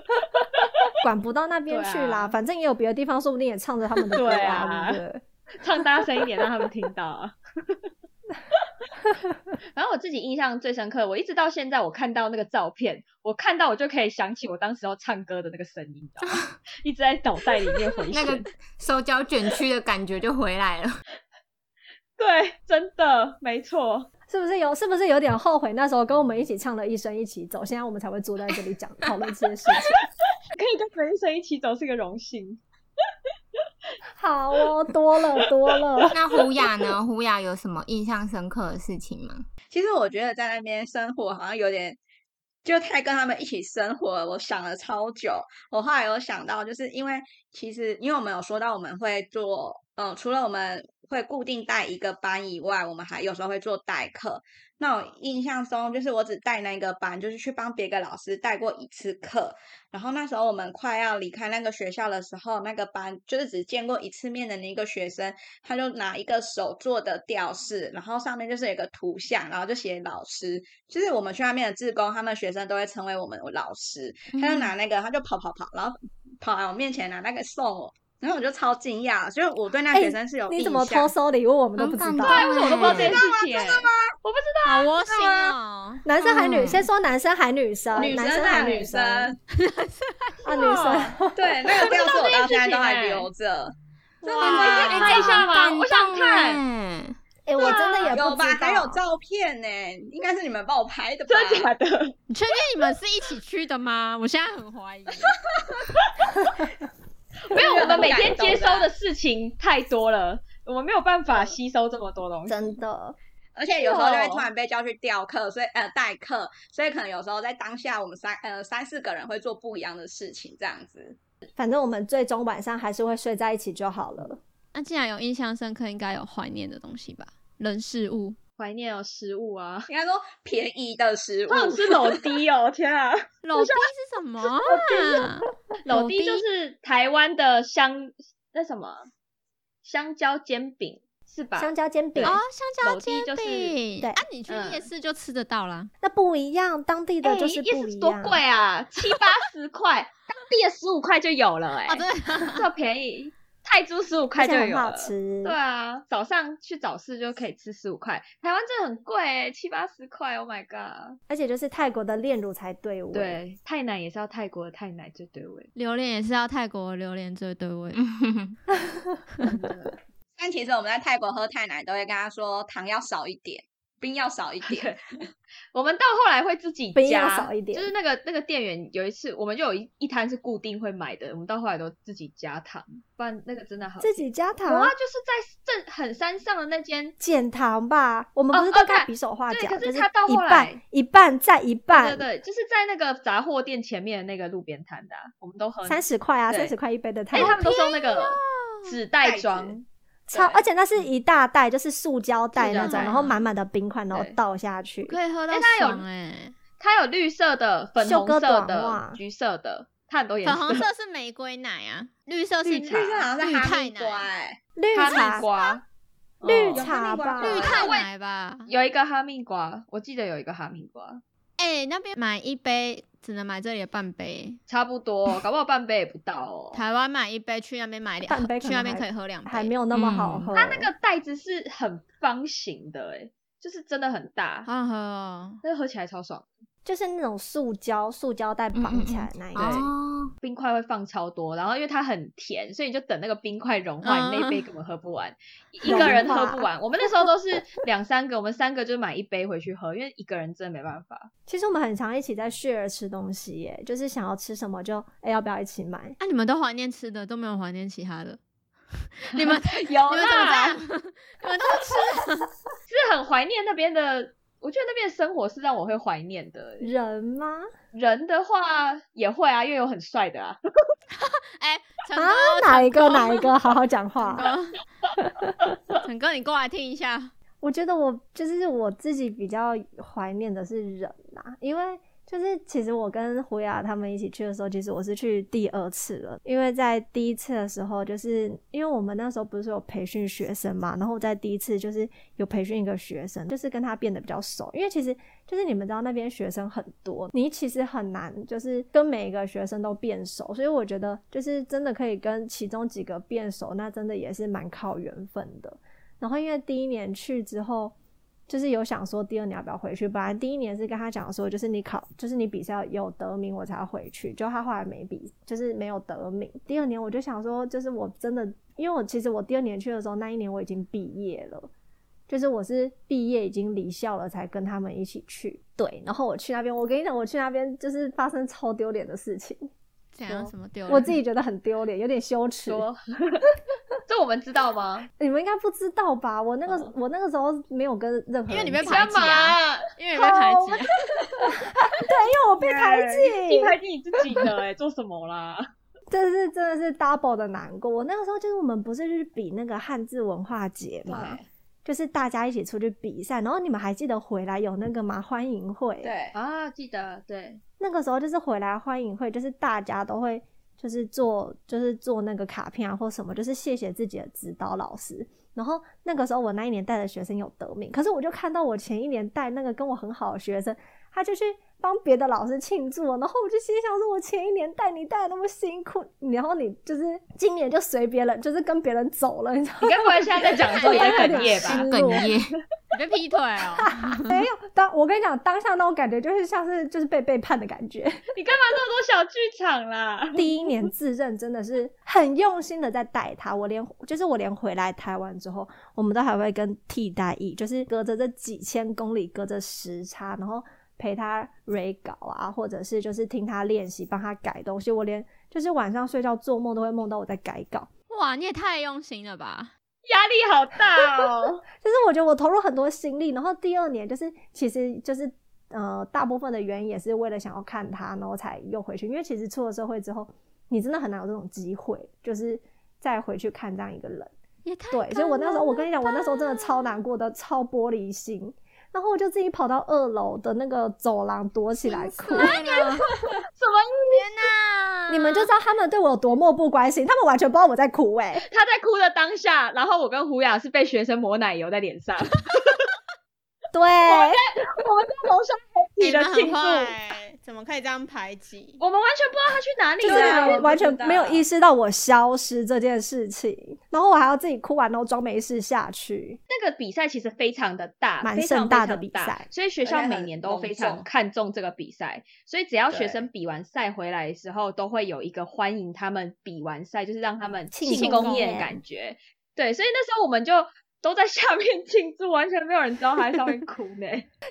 S2: 管不到那边去啦，
S3: 对啊
S2: 反正也有别的地方，说不定也唱着他们的歌
S3: 对啊
S2: 对不对
S3: 唱大声一点，让他们听到啊。 *laughs* 然后我自己印象最深刻，我一直到现在，我看到那个照片，我看到我就可以想起我当时候唱歌的那个声音，你知道吗 *laughs* 一直在脑袋里面 *laughs* 回
S5: 那
S3: 旋。
S5: 个手脚卷曲的感觉就回来了。 *laughs*
S3: 对，真的没错，
S2: 是不是有？是不是有点后悔那时候跟我们一起唱的《一生一起走》，现在我们才会坐在这里讲讨论这些事情？
S3: 可以跟陈医生一起走是个荣幸。
S2: 好哦，多了多
S3: *laughs*
S2: 了。
S5: 那胡雅呢？胡雅有什么印象深刻的事情吗？
S6: 其实我觉得在那边生活好像有点，就太跟他们一起生活了。我想了超久，我后来有想到，就是因为其实因为我们有说到我们会做，嗯、除了我们会固定带一个班以外，我们还有时候会做代课。那我印象中就是我只带那个班，就是去帮别个老师带过一次课。然后那时候我们快要离开那个学校的时候，那个班就是只见过一次面的那个学生，他就拿一个手做的吊饰，然后上面就是有一个图像，然后就写老师。就是我们去外面的志工，他们学生都会成为我们老师。他就
S2: 嗯
S6: 拿那个，他就跑跑跑，然后跑来我面前拿那个送我，然后我就超惊讶，所以我对那
S2: 哎
S6: 学生是有印
S2: 你怎
S6: 象。
S2: 么偷收礼物我们都不知
S5: 很
S2: 道？
S5: 感
S3: 为什么我都不知道这件事情、欸？我不知道。
S4: 好窝心哦！
S2: 男生还女，
S5: 嗯
S2: 先说男生还女生，
S6: 女
S2: 男
S6: 生
S2: 生
S6: 啊，
S2: 还
S6: 女
S2: 生啊，
S6: 生，
S2: 女
S3: *laughs*
S2: 生。
S6: *laughs* 对，那个吊饰我到现在都还
S3: 哎
S6: 留着。
S5: 真
S3: 的吗哎看一下吧我想看
S5: 看。
S2: 哎、我真的也不
S6: 有吧
S2: 知？道，
S6: 还有照片呢、应该是你们帮我拍的吧？
S3: 真的假的？
S4: 你确定你们是一起去的吗？我现在很怀疑。
S3: 没有，我们每天
S6: 感动
S3: 接收
S6: 的
S3: 的啊事情太多了，我们没有办法吸收这么多东西。
S2: 真的。
S6: 而且有时候就会
S3: 哦
S6: 突然被叫去调课，所以呃代课，所以可能有时候在当下我们三呃三四个人会做不一样的事情，这样子。
S2: 反正我们最终晚上还是会睡在一起就好了。
S4: 那既然有印象深刻，应该有怀念的东西吧？人事物，
S3: 怀念哦，食物啊，
S6: 应该说便宜的食
S3: *laughs*
S6: 物
S3: 我，想吃老滴 *laughs* 哦，天啊！
S4: 老弟是什么啊？
S3: *laughs* 老弟就是台湾的香那什么香蕉煎饼是吧？
S2: 香蕉煎饼、
S4: 哦，香蕉
S3: 老弟
S4: 煎
S3: 就是
S4: 饼。
S2: 对
S4: 啊，你去
S3: 嗯
S4: 夜市就吃得到啦。
S2: 那不一样，当地的
S3: 哎
S2: 就是
S3: 夜
S2: 不
S3: 市
S2: 一
S3: 多
S2: 样。
S3: 贵啊，七八十
S2: *laughs*
S3: 块，当地的十五块就有了哎、
S4: 哦，真的。
S3: 这便宜，泰铢十五块
S2: 而
S3: 就
S2: 且很
S3: 有
S2: 好
S3: 了。
S2: 吃。
S3: 对啊，早上去早市就可以吃十五块，台湾真的很贵、欸，七八十块，Oh my god！
S2: 而且就是泰国的炼乳才对味。，
S3: 对，泰奶也是要泰国的泰奶最
S2: *laughs*
S3: 对味，
S4: 榴莲也是要泰国的榴莲最对味。
S3: 嗯真的。
S6: 但其实我们在泰国喝泰奶都会跟他说糖要少一点，冰要少一点。
S3: 我们到后来会自己
S2: 冰要
S3: 加，
S2: 少一点
S3: 就是那个那个店员有一次，我们就有一一摊是固定会买的，我们到后来都自己加糖，不然那个真的好
S2: 自己加
S3: 有
S2: 糖
S3: 啊，就是在正很山上的那间，
S2: 减糖吧。我们不是
S3: 哦
S2: 都
S3: 哦
S2: 该
S3: 对
S2: 比手画
S3: 对
S2: 脚，
S3: 可是
S2: 就是
S3: 他到
S2: 一
S3: 后
S2: 半
S3: 来
S2: 一半再一
S3: 对对
S2: 半，
S3: 对，就是在那个杂货店前面的那个路边摊的啊、我们都喝那个。
S2: 三十块啊，
S3: 对
S2: 三十块一杯的
S3: 哎、
S2: 泰
S3: 他
S2: 奶
S3: 们都是用那个纸
S2: 哦
S3: 袋
S6: 袋子
S3: 装，
S2: 超，
S3: 对嗯
S2: 而且那是一大袋，就是塑胶袋
S3: 塑胶
S2: 那种，
S3: 袋嗯
S2: 然后满满的冰块，然后
S3: 对
S2: 倒下去。
S4: 可以喝到
S3: 哎它有
S4: 爽哎、
S3: 它有绿色的、粉
S2: 秀
S3: 红
S2: 哥
S3: 色
S2: 短
S3: 的
S2: 袜、
S3: 橘色的，它很多颜
S4: 粉
S3: 色。
S4: 红色是玫瑰奶啊，绿色是
S3: 绿
S6: 绿色好像
S4: 绿
S6: 是哈
S4: 泰
S6: 密瓜、
S4: 奶，
S6: 欸，
S2: 绿
S3: 哈
S2: 茶
S3: 密，瓜，
S2: 绿
S3: 哦
S2: 茶吧，
S4: 绿
S6: 有哈密瓜
S4: 泰奶吧？
S3: 有一个哈密瓜，我记得有一个哈密瓜，
S4: 哎、那边买一杯只能买这里的半杯，
S3: 差不多，搞不好半杯也不到
S4: *laughs*
S3: 哦。
S4: 台湾买一杯，去那边买
S2: 半
S4: 两，
S2: 杯可
S4: 去
S2: 能
S4: 那边
S2: 还
S4: 可以喝两杯，
S2: 还没有那么好
S5: 嗯
S2: 喝。
S3: 它那个袋子是很方形的、欸，就是真的很大
S4: 好，想喝哦。
S3: 但是喝起来超爽。
S2: 就是那种塑胶塑胶袋绑起来的那一种。
S3: 嗯对
S5: 哦，
S3: 冰块会放超多，然后因为它很甜，所以你就等那个冰块融化，你那一杯根本喝不完，一个人喝不完。我们那时候都是两三个，我们三个就买一杯回去喝，因为一个人真的没办法。
S2: 其实我们很常一起在 share 吃东西耶，就是想要吃什么就哎、要不要一起买？
S4: 啊，你们都怀念吃的，都没有怀念其他
S2: *laughs*
S4: 的。你们你
S3: 有
S4: 们怎么这
S3: 啦
S4: 样？， *laughs* 你们都吃
S3: 是很怀念那边的，我觉得那边的生活是让我会怀念的。欸
S2: 人
S3: *laughs*
S2: 吗？
S3: 人的话也会啊，因为有很帅的啊，
S4: 哎、陈
S2: 啊
S4: 哥，，
S2: 哪一个哪一个？好好讲
S3: *laughs*
S2: 话。
S4: 陈哥， *laughs* 陈哥，你过来听一下。
S2: 我觉得我就是我自己比较怀念的是人啦、因为就是其实我跟胡雅他们一起去的时候，其实我是去第二次了，因为在第一次的时候，就是因为我们那时候不是有培训学生嘛，然后我在第一次就是有培训一个学生，就是跟他变得比较熟，因为其实就是你们知道那边学生很多，你其实很难就是跟每一个学生都变熟，所以我觉得就是真的可以跟其中几个变熟，那真的也是蛮靠缘分的。然后因为第一年去之后，就是有想说第二年要不要回去。本来第一年是跟他讲说，就是你考，就是你比赛有得名我才要回去。就他后来没比，就是没有得名。第二年我就想说，就是我真的，因为我其实我第二年去的时候，那一年我已经毕业了。就是我是毕业已经离校了，才跟他们一起去。对，然后我去那边，我跟你讲，我去那边就是发生超丢脸的事情，
S4: 怎样？
S2: 我
S4: 什么丢人？
S2: 我自己觉得很丢脸，有点羞耻。
S3: 说 *laughs* 这我们知道吗？
S2: 你们应该不知道吧？我那个、
S3: 哦
S2: 我那个时候没有跟任何人
S4: 嗯因为你被
S2: 讲
S4: 排
S3: 干
S4: 挤啊，
S3: 嘛？
S4: 因为你被排
S2: 哦
S4: 挤、
S2: 我
S4: 啊。
S2: 因为我被排
S3: 你
S2: 挤，
S3: 排挤你自己的哎、做什么啦？
S2: 这是真的是 double 的难过。我那个时候就是我们不是去比那个汉字文化节嘛，就是大家一起出去比赛，然后你们还记得回来有那个吗？欢迎会，，
S6: 对，
S3: 啊，记得对，
S2: 那个时候就是回来欢迎会，就是大家都会就是做就是做那个卡片啊或什么，就是谢谢自己的指导老师。然后那个时候我那一年带的学生有得名，可是我就看到我前一年带那个跟我很好的学生，他就去帮别的老师庆祝啊了，然后我就心想说，我前一年带你带的那么辛苦，然后你就是今年就随别人，就是跟别人走了，你知道吗？
S3: 你该不会现在在讲的
S2: *laughs*
S3: 时候也
S2: 啊
S3: 在哽咽吧？
S5: 哽咽。
S4: *laughs*
S5: *laughs*
S4: 你被劈腿哦！
S2: *laughs* 没有，当我跟你讲，当下那种感觉就是像是就是被背叛的感觉。
S3: 你干嘛那么多小剧场 *laughs* 啦？
S2: 第一年自认真的是很用心的在带他，我连就是我连回来台湾之后，我们都还会跟替代役，就是隔着这几千公里，隔着时差，然后陪他 re 稿啊，或者是就是听他练习，帮他改东西。我连就是晚上睡觉做梦都会梦到我在改稿，
S4: 哇，你也太用心了吧！
S3: 压力好大哦！
S2: 就是我觉得我投入很多心力，然后第二年就是其实就是呃大部分的原因也是为了想要看他，然后才又回去，因为其实出了社会之后，你真的很难有这种机会，就是再回去看这样一个 *laughs* 人。
S4: 也太
S2: 对，所以我那时啊候我跟你讲，我那时候真
S4: 感
S2: 的
S4: 人了吧
S2: 超难过的，超玻璃心。然后我就自己跑到二楼的那个走廊躲起来哭，
S3: 什么？
S4: 天哪！
S2: 你们就知道他们对我有多漠不关心，他们完全不知道我在哭哎、
S3: 他在哭的当下，然后我跟胡雅是被学生抹奶油在脸上，我
S2: 对，
S3: 们在楼上集体
S4: 哎你
S3: 的
S4: 们
S3: 庆
S4: 很
S3: 祝，
S4: 坏，欸怎么可以这样排挤？
S3: 我们完全不知道他去哪里
S2: 就是
S3: 了。
S2: 你
S6: 对
S2: 们
S6: 啊
S2: 完全
S6: 我知道
S2: 没有意识到我消失这件事情，然后我还要自己哭完，然后装没事下去。
S3: 那个比赛其实非常的大，
S2: 蛮
S3: 非常
S2: 盛大的
S3: 非常
S2: 比
S3: 大
S2: 赛
S3: 所以学
S6: 而
S3: 校
S6: 且
S3: 每
S6: 很
S3: 年都
S6: 隆
S3: 非常
S6: 重
S3: 看重这个比赛，所以只要学
S6: 对
S3: 生比完赛回来的时候，都会有一个欢迎他们比完赛，就是让他们
S2: 庆
S3: 庆
S4: 功
S3: 功宴
S2: 宴
S3: 的感觉。对，所以那时候我们就都在下面庆祝，完全没有人知道他在上面哭
S2: *laughs*
S3: 呢。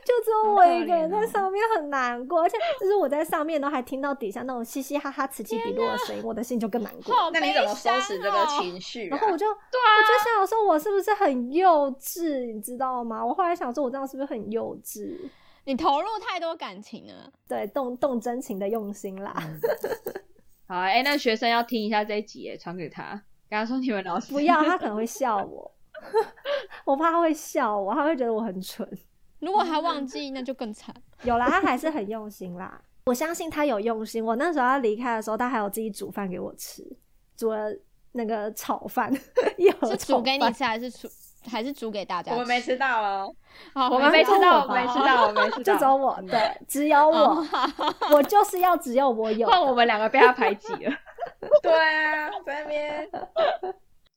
S2: 就只有
S4: 好
S2: 我
S4: 可
S2: 一个人
S4: 怜
S2: 在
S4: 哦
S2: 上面很难过，而且就是我在上面，然后还听到底下那种嘻嘻哈哈、此起彼落的声音，我的心就更难过。
S4: 好
S6: 那你怎么收拾这个
S4: 悲伤哦？
S6: 情绪、啊
S2: 然？后我就，对啊，我就想说，我是不是很幼稚，你知道吗？我后来想说，我这样是不是很幼稚？
S4: 你投入太多感情了。
S2: 对，动动真情的用心啦， *laughs*
S3: 好啊，哎、那个学生要听一下这一集耶，传给他，跟他说你们老师
S2: 不要他可能会笑我， *laughs* 我怕他会笑我，他会觉得我很蠢。
S4: 如果他忘记，那就更
S3: *laughs*
S4: 惨。
S2: 有啦，他还是很用心啦。 *laughs* 我相信他有用心。我那时候要离开的时候，他还有自己煮饭给我吃，煮了那个炒饭， *laughs* 一盒
S4: 是
S2: 炒
S4: 煮给你
S2: 饭。
S4: 吃，还是煮还是煮给大家吃？
S6: 我们没吃到哦，
S4: 好，
S3: 我
S2: 们
S3: 们没
S2: 知
S3: 吃
S2: 道
S3: 到，
S2: 我
S3: 我们没
S2: 吧
S3: 吃到，我们没
S2: *laughs* *laughs*
S3: 吃到，
S2: 就只有我，对，只有我， *laughs* 我就是要只
S3: *laughs*
S2: 有我有。
S6: *laughs*
S3: 换我们两个被他排挤了。
S6: 对啊，在那边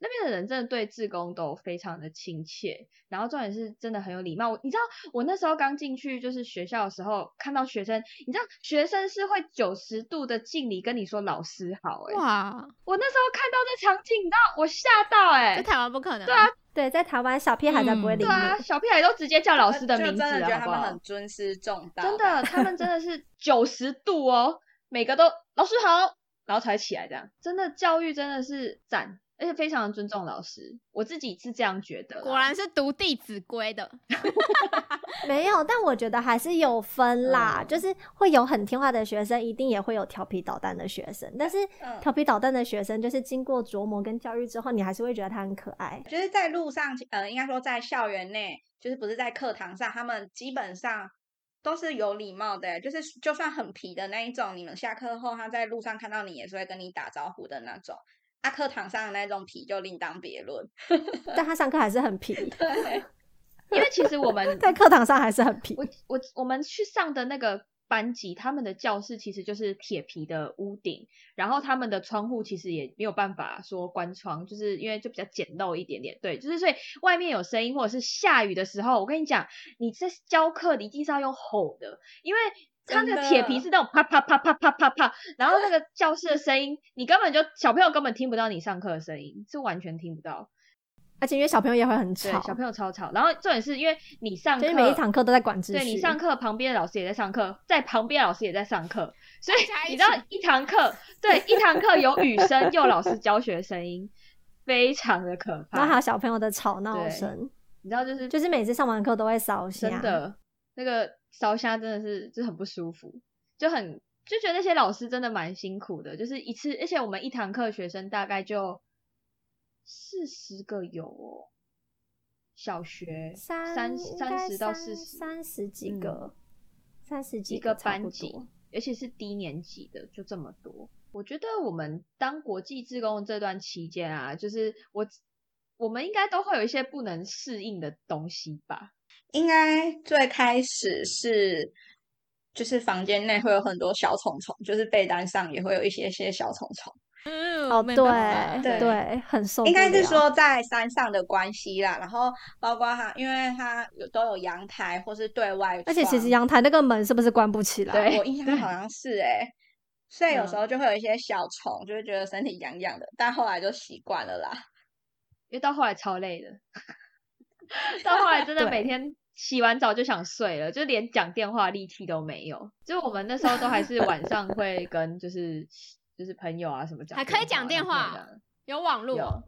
S3: 那边的人真的对志工都非常的亲切，然后重点是真的很有礼貌。我你知道我那时候刚进去就是学校的时候，看到学生，你知道学生是会九十度的敬礼跟你说老师好、欸，哎，
S4: 哇，
S3: 我那时候看到这场景，你知道我吓到哎、
S4: 在台湾不可能。
S3: 对啊，
S2: 对，在台湾小屁孩才不会
S5: 嗯
S2: 理
S3: 对
S2: 你。
S3: 啊，小屁孩都直接叫老师的
S6: 呃就
S3: 名字啊
S6: 真的觉得
S3: 了，好
S6: 他
S3: 不
S6: 们
S3: 好
S6: 很？尊师重道，
S3: 真的，他们真的
S6: *laughs*
S3: 是九十度哦，每个都老师好，然后才起来这样。真的教育真的是赞，而且非常尊重老师，我自己是这样觉得啦。
S4: 果然是读《弟子规》的，
S2: 没有，但我觉得还是有分啦，
S3: 嗯
S2: 就是会有很听话的学生，一定也会有调皮捣蛋的学生。但是
S6: 嗯
S2: 调皮捣蛋的学生，就是经过琢磨跟教育之后，你还是会觉得他很可爱。
S6: 就是在路上，呃，应该说在校园内，就是不是在课堂上，他们基本上都是有礼貌的，就是就算很皮的那一种，你们下课后他在路上看到你也是会跟你打招呼的那种。啊，课堂上的那种皮就另当别论。
S2: 但他上课还是很皮， *laughs*
S6: 对，
S3: 因为其实我
S6: *laughs*
S3: 们
S2: 在课堂上还是很皮。
S3: 我我我们去上的那个班级，他们的教室其实就是铁皮的屋顶，然后他们的窗户其实也没有办法说关窗，就是因为就比较简陋一点点。对，就是所以外面有声音或者是下雨的时候，我跟你讲，你这教课你一定是要用吼的，因为。它
S6: 真
S3: 的
S6: 的
S3: 铁皮是那种啪啪啪啪啪啪啪，然后那个教室的声音，你根本就小朋友根本听不到你上课的声音，是完全听不到。
S2: 而且因为小朋友也会很
S3: 对，
S2: 吵，
S3: 小朋友超吵。然后重点是因为你上
S2: 就
S3: 课，
S2: 是每一堂课都在管秩序。
S3: 对你上课，旁边的老师也在上课，在旁边的老师也在上课，所
S4: 大家一
S3: 以你知道
S4: 起
S3: 一堂课，对，一堂课有雨声，又有老师教学的声音，非常的可
S2: *laughs* 然后还有
S3: 怕。
S2: 小朋友的吵闹
S3: 对
S2: 声，
S3: 你知道就是
S2: 就是每次上完课都会扫兴。
S3: 真的那个烧虾真的是就很不舒服，就很就觉得那些老师真的蛮辛苦的，就是一次，而且我们一堂课学生大概就四十个有哦，小学
S2: 三
S3: 三十到四十嗯
S2: 三十几个，三十几
S3: 一个
S2: 差不
S3: 班级
S2: 多，
S3: 而且是低年级的，就这么多。我觉得我们当国际志工这段期间啊，就是我我们应该都会有一些不能适应的东西吧？
S6: 应该最开始是就是房间内会有很多小虫虫，就是被单上也会有一些些小虫虫。
S4: 嗯，
S2: 哦，
S4: 没
S2: 对
S4: 办法
S6: 对
S2: 哦对，很受不
S6: 应
S2: 了。
S6: 该是说在山上的关系啦，然后包括它，因为它有都有阳台或是对外窗，
S2: 而且其实阳台那个门是不是关不起来？
S3: 对
S6: 我印象中好像是哎、所以有时
S3: 嗯
S6: 候就会有一些小虫，就会觉得身体痒痒的，但后来就习惯了啦。
S3: 因为到后来超
S4: *laughs*
S3: 累的，到后来真的
S2: 对
S3: 每天洗完澡就想睡了，就连讲电话力气都没有。就我们那时候都还是晚上会跟就是就是朋友啊什么讲，
S4: 还可以讲电话
S3: 男朋友的
S4: 有网络哦，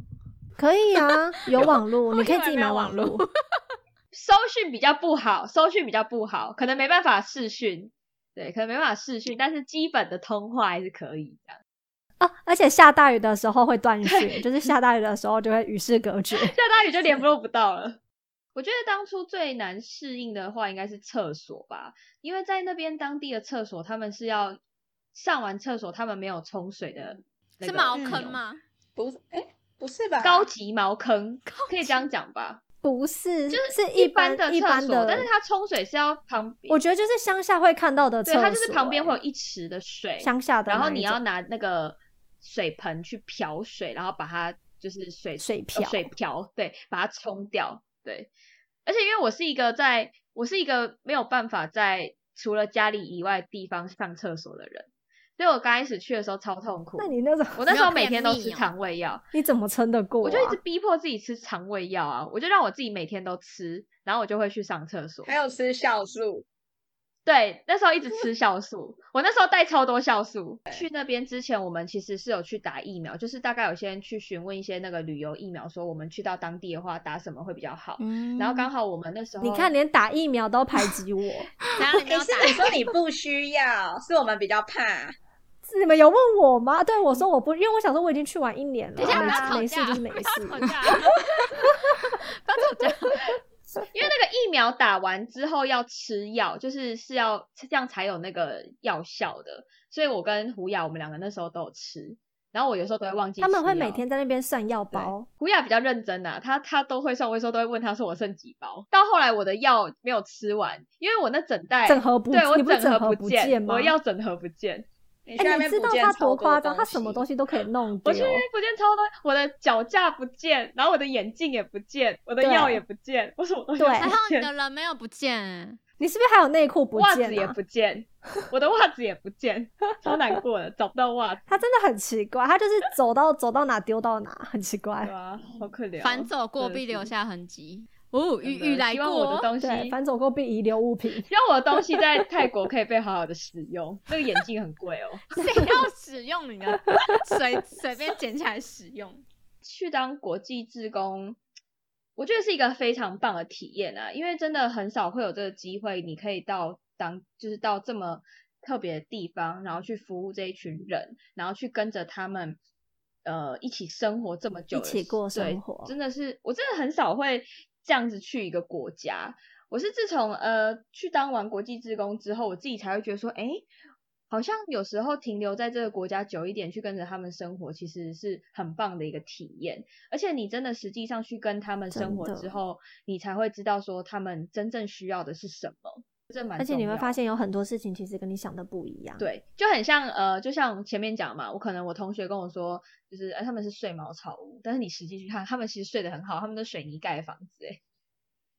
S2: 可以
S3: *laughs*
S2: 啊，有网络，你可以
S4: 我以为
S2: 自己
S4: 没
S2: 买
S4: 有
S2: 网
S4: 网络
S2: 络。
S3: 搜讯比较不好，搜讯比较不好，可能没办法视讯，对，可能没办法视讯，但是基本的通话还是可以这样。
S2: 啊，而且下大雨的时候会断讯，就是下大雨的时候就会与世隔
S3: *laughs*
S2: 绝。
S3: 下大雨就联络不到了。 *laughs* 我觉得当初最难适应的话，应该是厕所吧，因为在那边当地的厕所，他们是要上完厕所，他们没有冲水的那
S4: 是
S3: 个
S4: 茅
S3: 钮
S4: 坑？吗？
S6: 不是，哎，不是
S2: 啊
S6: 吧？
S3: 高级茅坑，可以这样讲吧？
S2: 不是，
S3: 就是
S2: 一
S3: 般
S2: 般
S3: 的
S2: 一
S3: 厕
S2: 般
S3: 所，
S2: 的，
S3: 但是它冲水是要旁边
S2: 我，觉得就是乡下会看到的厕
S3: 对，
S2: 所欸，
S3: 它就是旁边会有一池的水，
S2: 乡下的那一
S3: 然
S2: 种，
S3: 后你要拿那个水盆去瓢水，然后把它就是水
S2: 水
S3: 呃
S2: 瓢
S3: 水瓢，对，把它冲掉，对。而且因为我是一个在，我是一个没有办法在除了家里以外地方上厕所的人，所以我刚开始去的时候超痛苦。
S2: 那你那种
S3: 我那时候
S4: 没有
S3: 每天都
S4: 便秘哦
S3: 吃肠胃药，
S2: 你怎么撑得过啊？
S3: 我就一直逼迫自己吃肠胃药啊，我就让我自己每天都吃，然后我就会去上厕所
S6: 还。有吃酵素，
S3: 对，那时候一直吃酵素，我那时候带超多酵素。去那边之前，我们其实是有去打疫苗，就是大概有些人去询问一些那个旅游疫苗，说我们去到当地的话打什么会比较好。
S5: 嗯
S3: 然后刚好我们那时候，
S2: 你看，连打疫苗都排挤
S3: *laughs*
S2: 我，
S4: 怎样你没
S6: 哎，
S4: 有
S6: 是
S4: 打？
S6: 你说你不需要，是我们比较怕。
S2: 是你们有问我吗？对
S3: 嗯
S2: 我说我不，因为我想说我已经去玩一年了，
S4: 等
S2: 啊
S4: 一下不要吵
S2: 没没事
S4: 架，
S2: 就是没
S4: 不 *laughs*
S3: 嗯
S4: 要吵
S2: 事。
S4: 架，
S3: *laughs*
S4: 不要吵架。
S3: 因为那个疫苗打完之后要吃药，就是是要这样才有那个药效的。所以我跟胡雅，我们两个那时候都有吃，然后我有时候都会忘记吃
S2: 他
S3: 药。
S2: 们会每天在那边算药
S3: 哦对
S2: 包，
S3: 胡雅比较认真啊，她她都会算，我有时候都会问她说我剩几包。到后来我的药没有吃完，因为我那整袋
S2: 整合不
S3: 哎对我
S2: 你不是
S3: 整
S2: 整
S3: 合
S2: 合
S3: 不
S2: 不见吗
S3: 我药整合不见，
S6: 你去
S2: 哎、
S6: 那
S2: 你
S6: 边
S2: 知
S6: 不
S2: 道
S6: 见
S2: 他
S6: 超
S2: 多夸张？他
S6: 东
S2: 什么
S6: 西
S2: 东西都可
S3: *laughs*
S2: 以弄
S3: 我
S2: 丢
S3: 去。那边不见超多，我的脚架不见，然后我的眼镜也不见，我的
S2: 对
S3: 药也不见，我什么东西都
S2: 对
S4: 还
S3: 不
S4: 好你
S3: 见，
S4: 的人没有不见、欸，
S2: 你是不是还有内裤 *laughs* 不
S3: 袜
S2: 见、
S3: 子也
S2: 啊？
S3: 不见，我的袜子也不见，超难过的，找不到袜子，
S2: 他真的很奇怪，他就是走到走到哪丢到哪，很奇
S3: 对
S2: 怪。
S3: 啊，好可怜哦。
S4: 反走过
S3: 真的
S4: 必留
S3: 是
S4: 下痕迹。哦，
S3: 真
S4: 雨
S3: 的
S4: 雨来
S3: 希
S4: 过
S3: 望我的
S4: 哦，
S3: 东西，
S2: 对，反走过必遗留物品。
S3: 希望我的东西在泰国可以被好好的使用。那个眼镜很贵哦。
S4: *laughs* 谁要使用你的， *laughs* 随随便捡起来使用。
S3: 去当国际志工，我觉得是一个非常棒的体验啊，因为真的很少会有这个机会，你可以到当就是到这么特别的地方，然后去服务这一群人，然后去跟着他们。呃，一起生活这么久
S2: 一
S3: 的时，
S2: 起过
S3: 对
S2: 生活
S3: 真的是我真的很少会这样子去一个国家。我是自从呃去当完国际志工之后，我自己才会觉得说，哎，好像有时候停留在这个国家久一点，去跟着他们生活，其实是很棒的一个体验。而且你真的实际上去跟他们生活
S2: 真的
S3: 之后，你才会知道说他们真正需要的是什么，这蛮
S2: 而且你
S3: 重
S2: 会
S3: 要
S2: 发
S3: 的
S2: 现有很多事情其实跟你想的不一样。，
S3: 对，就很像呃，就像前面讲嘛，我可能我同学跟我说，就是哎、他们是睡茅草屋，但是你实际去看，他们其实睡得很好，他们都水泥盖的房子哎，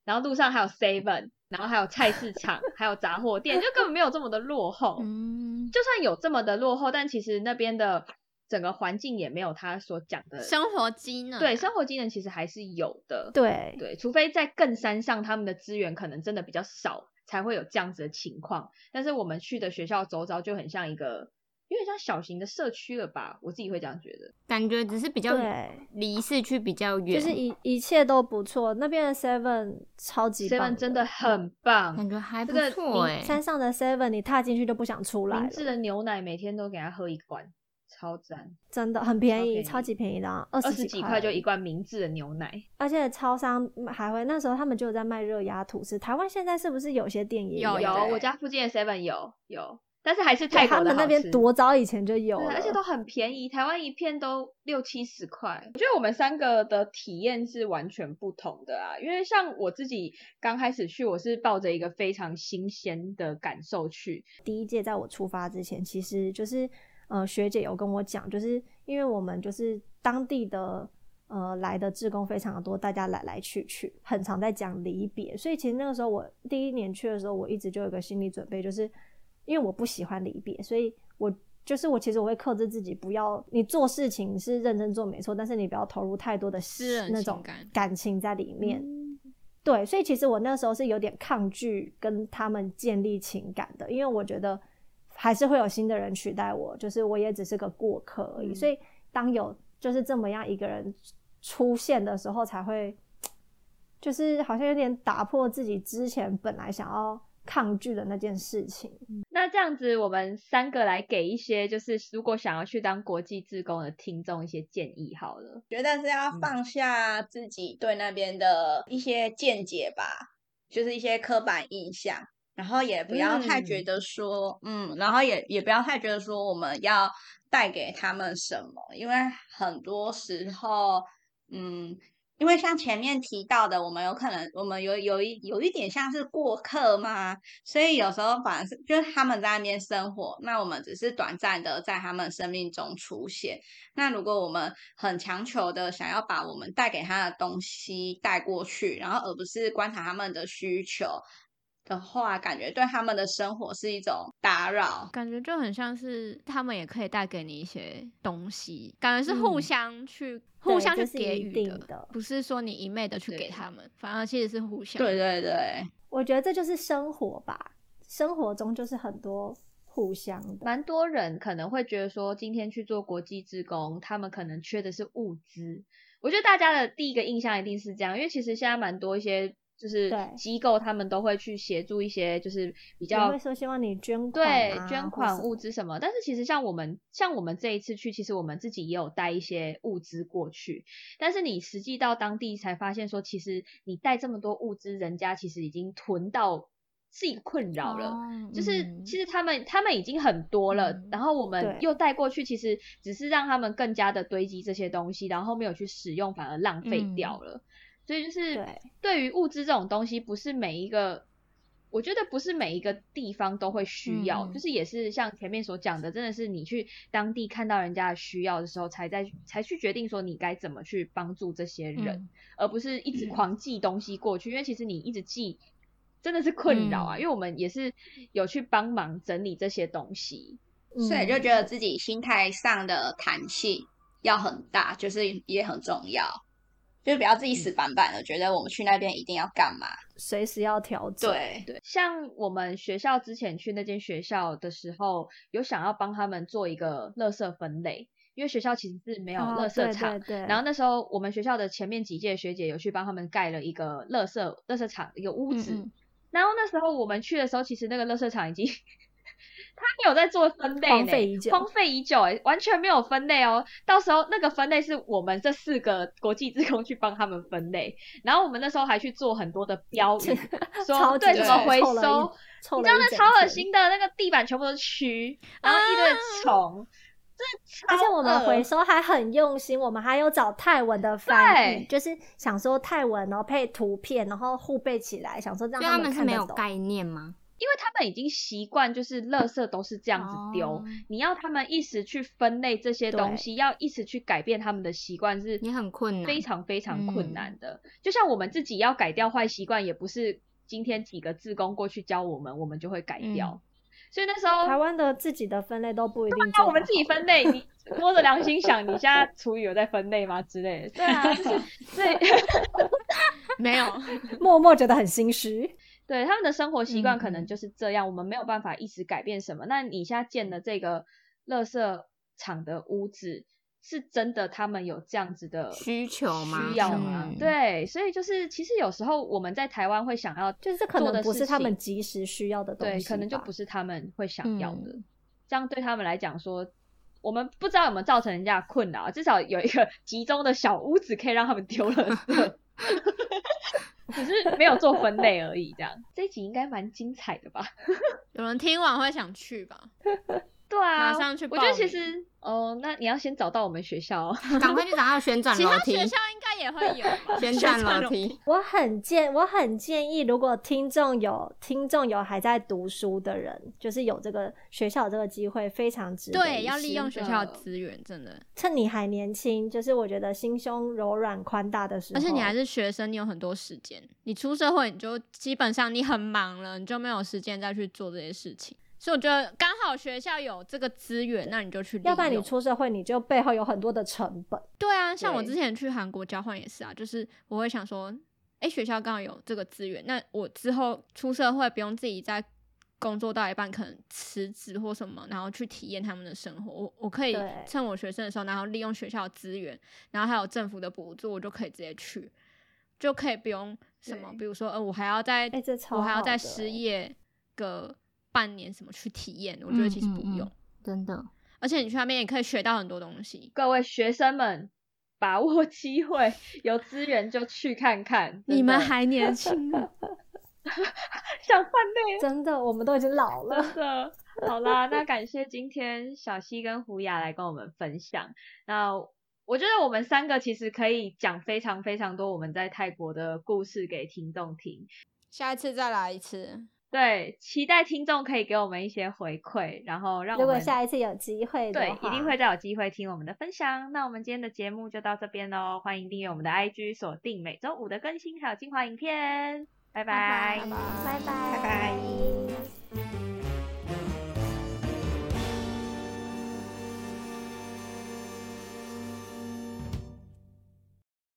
S3: 然后路上还有 seven，然后还有菜市场，还有杂货店，就根本没有这么的落后。
S5: 嗯，
S3: 就算有这么的落后，但其实那边的整个环境也没有他所讲的
S4: 生活机能，
S3: 对，生活机能其实还是有的。
S2: 啊对，
S3: 对，除非在更山上，他们的资源可能真的比较少，才会有这样子的情况。但是我们去的学校周遭就很像一个，有点像小型的社区了吧？我自己会这样觉得。
S5: 感觉只是比较
S2: 对，
S5: 离市区比较远，
S2: 就是一一切都不错。那边的 Seven 超级
S3: Seven
S2: 棒，
S3: 真的很棒，
S5: 感觉还不
S3: 这个
S5: 错哎、
S2: 山上的 Seven 你踏进去就不想出来
S3: 明治
S2: 了，
S3: 的牛奶每天都给他喝一罐，超赞，
S2: 真的很便宜，
S3: 超便宜
S2: 超级便宜的啊，二
S3: 二
S2: 十
S3: 十
S2: 几
S3: 几
S2: 块
S3: 块就
S2: 而已
S3: 一罐明治的牛奶。
S2: 而且超商还会那时候他们就有在卖热压吐司，台湾现在是不是有些店也
S4: 有
S2: 有
S3: 有，
S4: 对
S3: 我家附近的 Seven 有有，但是还是泰
S2: 哦对
S3: 国
S2: 他
S3: 的
S2: 们那
S3: 好
S2: 边
S3: 吃
S2: 多早以前就有
S3: 对，啊
S2: 了，
S3: 而且都很便宜，台湾一片都六七十块。我觉得我们三个的体验是完全不同的啊，因为像我自己刚开始去，我是抱着一个非常新鲜的感受去，
S2: 第一届在我出发之前，其实就是呃学姐有跟我讲，就是因为我们就是当地的呃来的志工非常的多，大家来来去去，很常在讲离别，所以其实那个时候我第一年去的时候，我一直就有个心理准备，就是因为我不喜欢离别，所以我。就是我其实我会克制自己，不要你做事情是认真做没错，但是你不要投入太多的
S4: 私人
S2: 那
S4: 情
S2: 种
S4: 感
S2: 感情在里面。对，所以其实我那时候是有点抗拒跟他们建立情感的，因为我觉得还是会有新的人取代我，就是我也只是个过客而已。
S3: 嗯
S2: 所以当有就是这么样一个人出现的时候，才会就是好像有点打破自己之前本来想要抗拒的那件事情。
S3: 那这样子，我们三个来给一些，就是如果想要去当国际志工的听众一些建议好了。
S6: 觉得是要
S3: 嗯
S6: 放下自己对那边的一些见解吧，就是一些刻板印象，然后也不要太觉
S3: 嗯
S6: 得说，嗯然后也也不要太觉得说我们要带给他们什么，因为很多时候，嗯。因为像前面提到的，我们有可能，我们有有一有一点像是过客嘛，所以有时候反而是就是他们在那边生活，那我们只是短暂的在他们生命中出现，那如果我们很强求的想要把我们带给他的东西带过去，然后而不是观察他们的需求的话，感觉对他们的生活是一种打扰。
S4: 感觉就很像是他们也可以带给你一些东西，感觉是互
S3: 嗯
S4: 相去、互相去
S2: 这是
S4: 给
S2: 一
S4: 予
S2: 定的
S4: 不是说你一昧的去
S3: 对
S4: 给他们，反而其实是互相。
S6: 对对对，
S2: 我觉得这就是生活吧，生活中就是很多互相的。
S3: 蛮多人可能会觉得说，今天去做国际志工，他们可能缺的是物资。我觉得大家的第一个印象一定是这样，因为其实现在蛮多一些就是
S2: 对
S3: 机构，他们都会去协助一些就是比
S2: 也
S3: 较
S2: 会说希望你捐款、
S3: 对
S2: 啊，
S3: 捐
S2: 或
S3: 款
S2: 什
S3: 物
S2: 么
S3: 资什么。但是其实像我们像我们这一次去，其实我们自己也有带一些物资过去，但是你实际到当地才发现说，其实你带这么多物资，人家其实已经囤到是一个困扰了。
S5: 哦
S3: 就是
S5: 嗯
S3: 其实他们他们已经很多了，
S5: 嗯
S3: 然后我们
S2: 对
S3: 又带过去，其实只是让他们更加的堆积这些东西，然后没有去使用，反而浪费
S5: 嗯
S3: 掉了。所以就是
S2: 对
S3: 对于物资这种东西，不是每一个我觉得不是每一个地方都会需要，
S5: 嗯嗯
S3: 就是也是像前面所讲的，真的是你去当地看到人家的需要的时候，才在才去决定说你该怎么去帮助这些人，
S5: 嗯
S3: 而不是一直狂寄东西过去，因为其实你一直寄真的是困扰
S2: 嗯
S3: 啊，因为我们也是有去帮忙整理这些东西，
S6: 所以就觉得自己心态上的弹性要很大，就是也很重要，就是不要自己死板板的，觉得我们去那边一定要干嘛。
S2: 随时要调整。，
S6: 对，
S3: 对，像我们学校之前去那间学校的时候，有想要帮他们做一个垃圾分类，因为学校其实是没有
S2: 哦
S3: 垃圾场。
S2: 对对对
S3: 然后那时候我们学校的前面几届学姐有去帮他们盖了一个垃圾垃圾场一个屋子，
S5: 嗯
S3: 然后那时候我们去的时候，其实那个垃圾场已经他没有在做分类
S2: 荒
S3: 呢，
S2: 废已久，
S3: 荒废已久哎，完全没有分类哦。到时候那个分类是我们这四个国际职工去帮他们分类，然后我们那时候还去做很多的标语
S2: *laughs*
S3: 说对
S6: 级
S3: 怎么
S6: 臭
S3: 回
S2: 臭了一
S3: 收，
S2: 臭
S3: 你
S2: 了
S3: 知道
S2: 一
S3: 那
S2: 整
S3: 超恶
S2: 层啊
S3: 心的，那个地板全部都是蛆，然后一堆的虫，
S2: 而且我们
S6: 超
S2: 回
S6: 恶
S2: 收还很用心，我们还有找泰文的翻译，
S3: 对
S2: 就是想说泰文，然后配图片，然后互背起来，想说让
S5: 所以他
S2: 们
S5: 们是
S2: 看
S5: 没
S2: 得
S5: 有
S2: 懂。
S5: 概念吗？
S3: 因为他们已经习惯就是垃圾都是这样子丢，
S5: 哦
S3: 你要他们一时去分类这些东西，要一时去改变他们的习惯是
S5: 也很困难嗯
S3: 非常非常困难的。就像我们自己要改掉坏习惯，也不是今天几个志工过去教我们，我们就会改掉。
S5: 嗯
S3: 所以那时
S2: 台
S3: 候，
S2: 湾的自己的分类都不一定。
S3: 哦啊那我们自己分。类，你摸着良心想，你现在厨余有在分类吗之类的？对啊，就是对
S4: 没有，
S2: 默默觉得很心虚。
S3: 对他们的生活习惯可
S5: 嗯嗯
S3: 能就是这样，我们没有办法一时改变什么。那你现在建的这个垃圾场的屋子，是真的他们有这样子的
S5: 需求吗？
S3: 需要吗？
S5: 嗯，
S3: 对，所以就是其实有时候我们在台湾会想要
S2: 就是可
S3: 做的
S2: 能不是
S3: 事
S2: 他们
S3: 情
S2: 及时需要的东西
S3: 对，
S2: 吧，
S3: 可能就不是他们会想要的。
S5: 嗯
S3: 这样对他们来讲说，我们不知道有没有造成人家的困扰，至少有一个集中的小屋子可以让他们丢垃
S4: *laughs*
S3: 圾。只是没有做分类而已，这样这一集应该蛮精彩的吧？
S4: 有人听完会想去吧？
S3: 对啊，
S4: 马上去
S3: 我觉得
S4: 报
S3: 其
S4: 名
S3: 实哦，那你要先找到我们学校、哦。 *laughs*
S5: 赶快去找到旋转
S4: 其
S5: 楼
S4: 他
S5: 梯
S4: 学，校应该也会有
S5: *laughs*
S4: *laughs* 吧
S5: 旋转楼。梯。
S2: 我很建，我很建议，如果听众有听众有还在读书的人，就是有这个学校有这个机会，非常值得一试。
S4: 对，要利用学
S3: 的
S4: 校的资源，真的。
S2: 趁你还年轻，就是我觉得心胸柔软宽大的时
S4: 而
S2: 候，
S4: 且你还是学生，你有很多时间。你出社会，你就基本上你很忙了，你就没有时间再去做这些事情。所以我觉得刚好学校有这个资源，那你就去利用。
S2: 要不然你出社会，你就背后有很多的成本。
S4: 对啊，像我
S3: 对
S4: 之前去韩国交换也是啊，就是我会想说，哎、学校刚好有这个资源，那我之后出社会不用自己再工作到一半，可能辞职或什么，然后去体验他们的生活。我我可以
S2: 对
S4: 趁我学生的时候，然后利用学校的资源，然后还有政府的补助，我就可以直接去，就可以不用什么，
S6: 对
S4: 比如说呃，我还要再、
S2: 诶这超
S4: 我还要
S2: 好
S4: 再
S2: 的
S4: 失
S2: 诶
S4: 业个半年什么去体验，我觉得其实
S5: 嗯嗯
S4: 不
S5: 嗯
S4: 用。
S5: 真的，
S4: 而且你去那边也可以学到很多东西，
S3: 各位学生们，把握机会，有资源就去看看。
S4: 你们
S3: 真的
S4: 还年轻呢。
S3: 想犯累
S2: 真的，我们都已经老了。
S3: 真 *laughs* 的。好啦，那感谢今天小溪跟胡雅来跟我们分享。那我觉得我们三个其实可以讲非常非常多我们在泰国的故事给听众听。
S4: 下一次再来一次。
S3: 对，期待听众可以给我们一些回馈，然后让我
S2: 如果
S3: 们
S2: 下一次有机会的
S3: 啊对，
S2: 话
S3: 一定会再有机会听我们的分享。那我们今天的节目就到这边喽，欢迎订阅我们的 IG，锁定每周五的更新，还有精华影片。拜拜
S5: 拜拜
S2: 拜拜。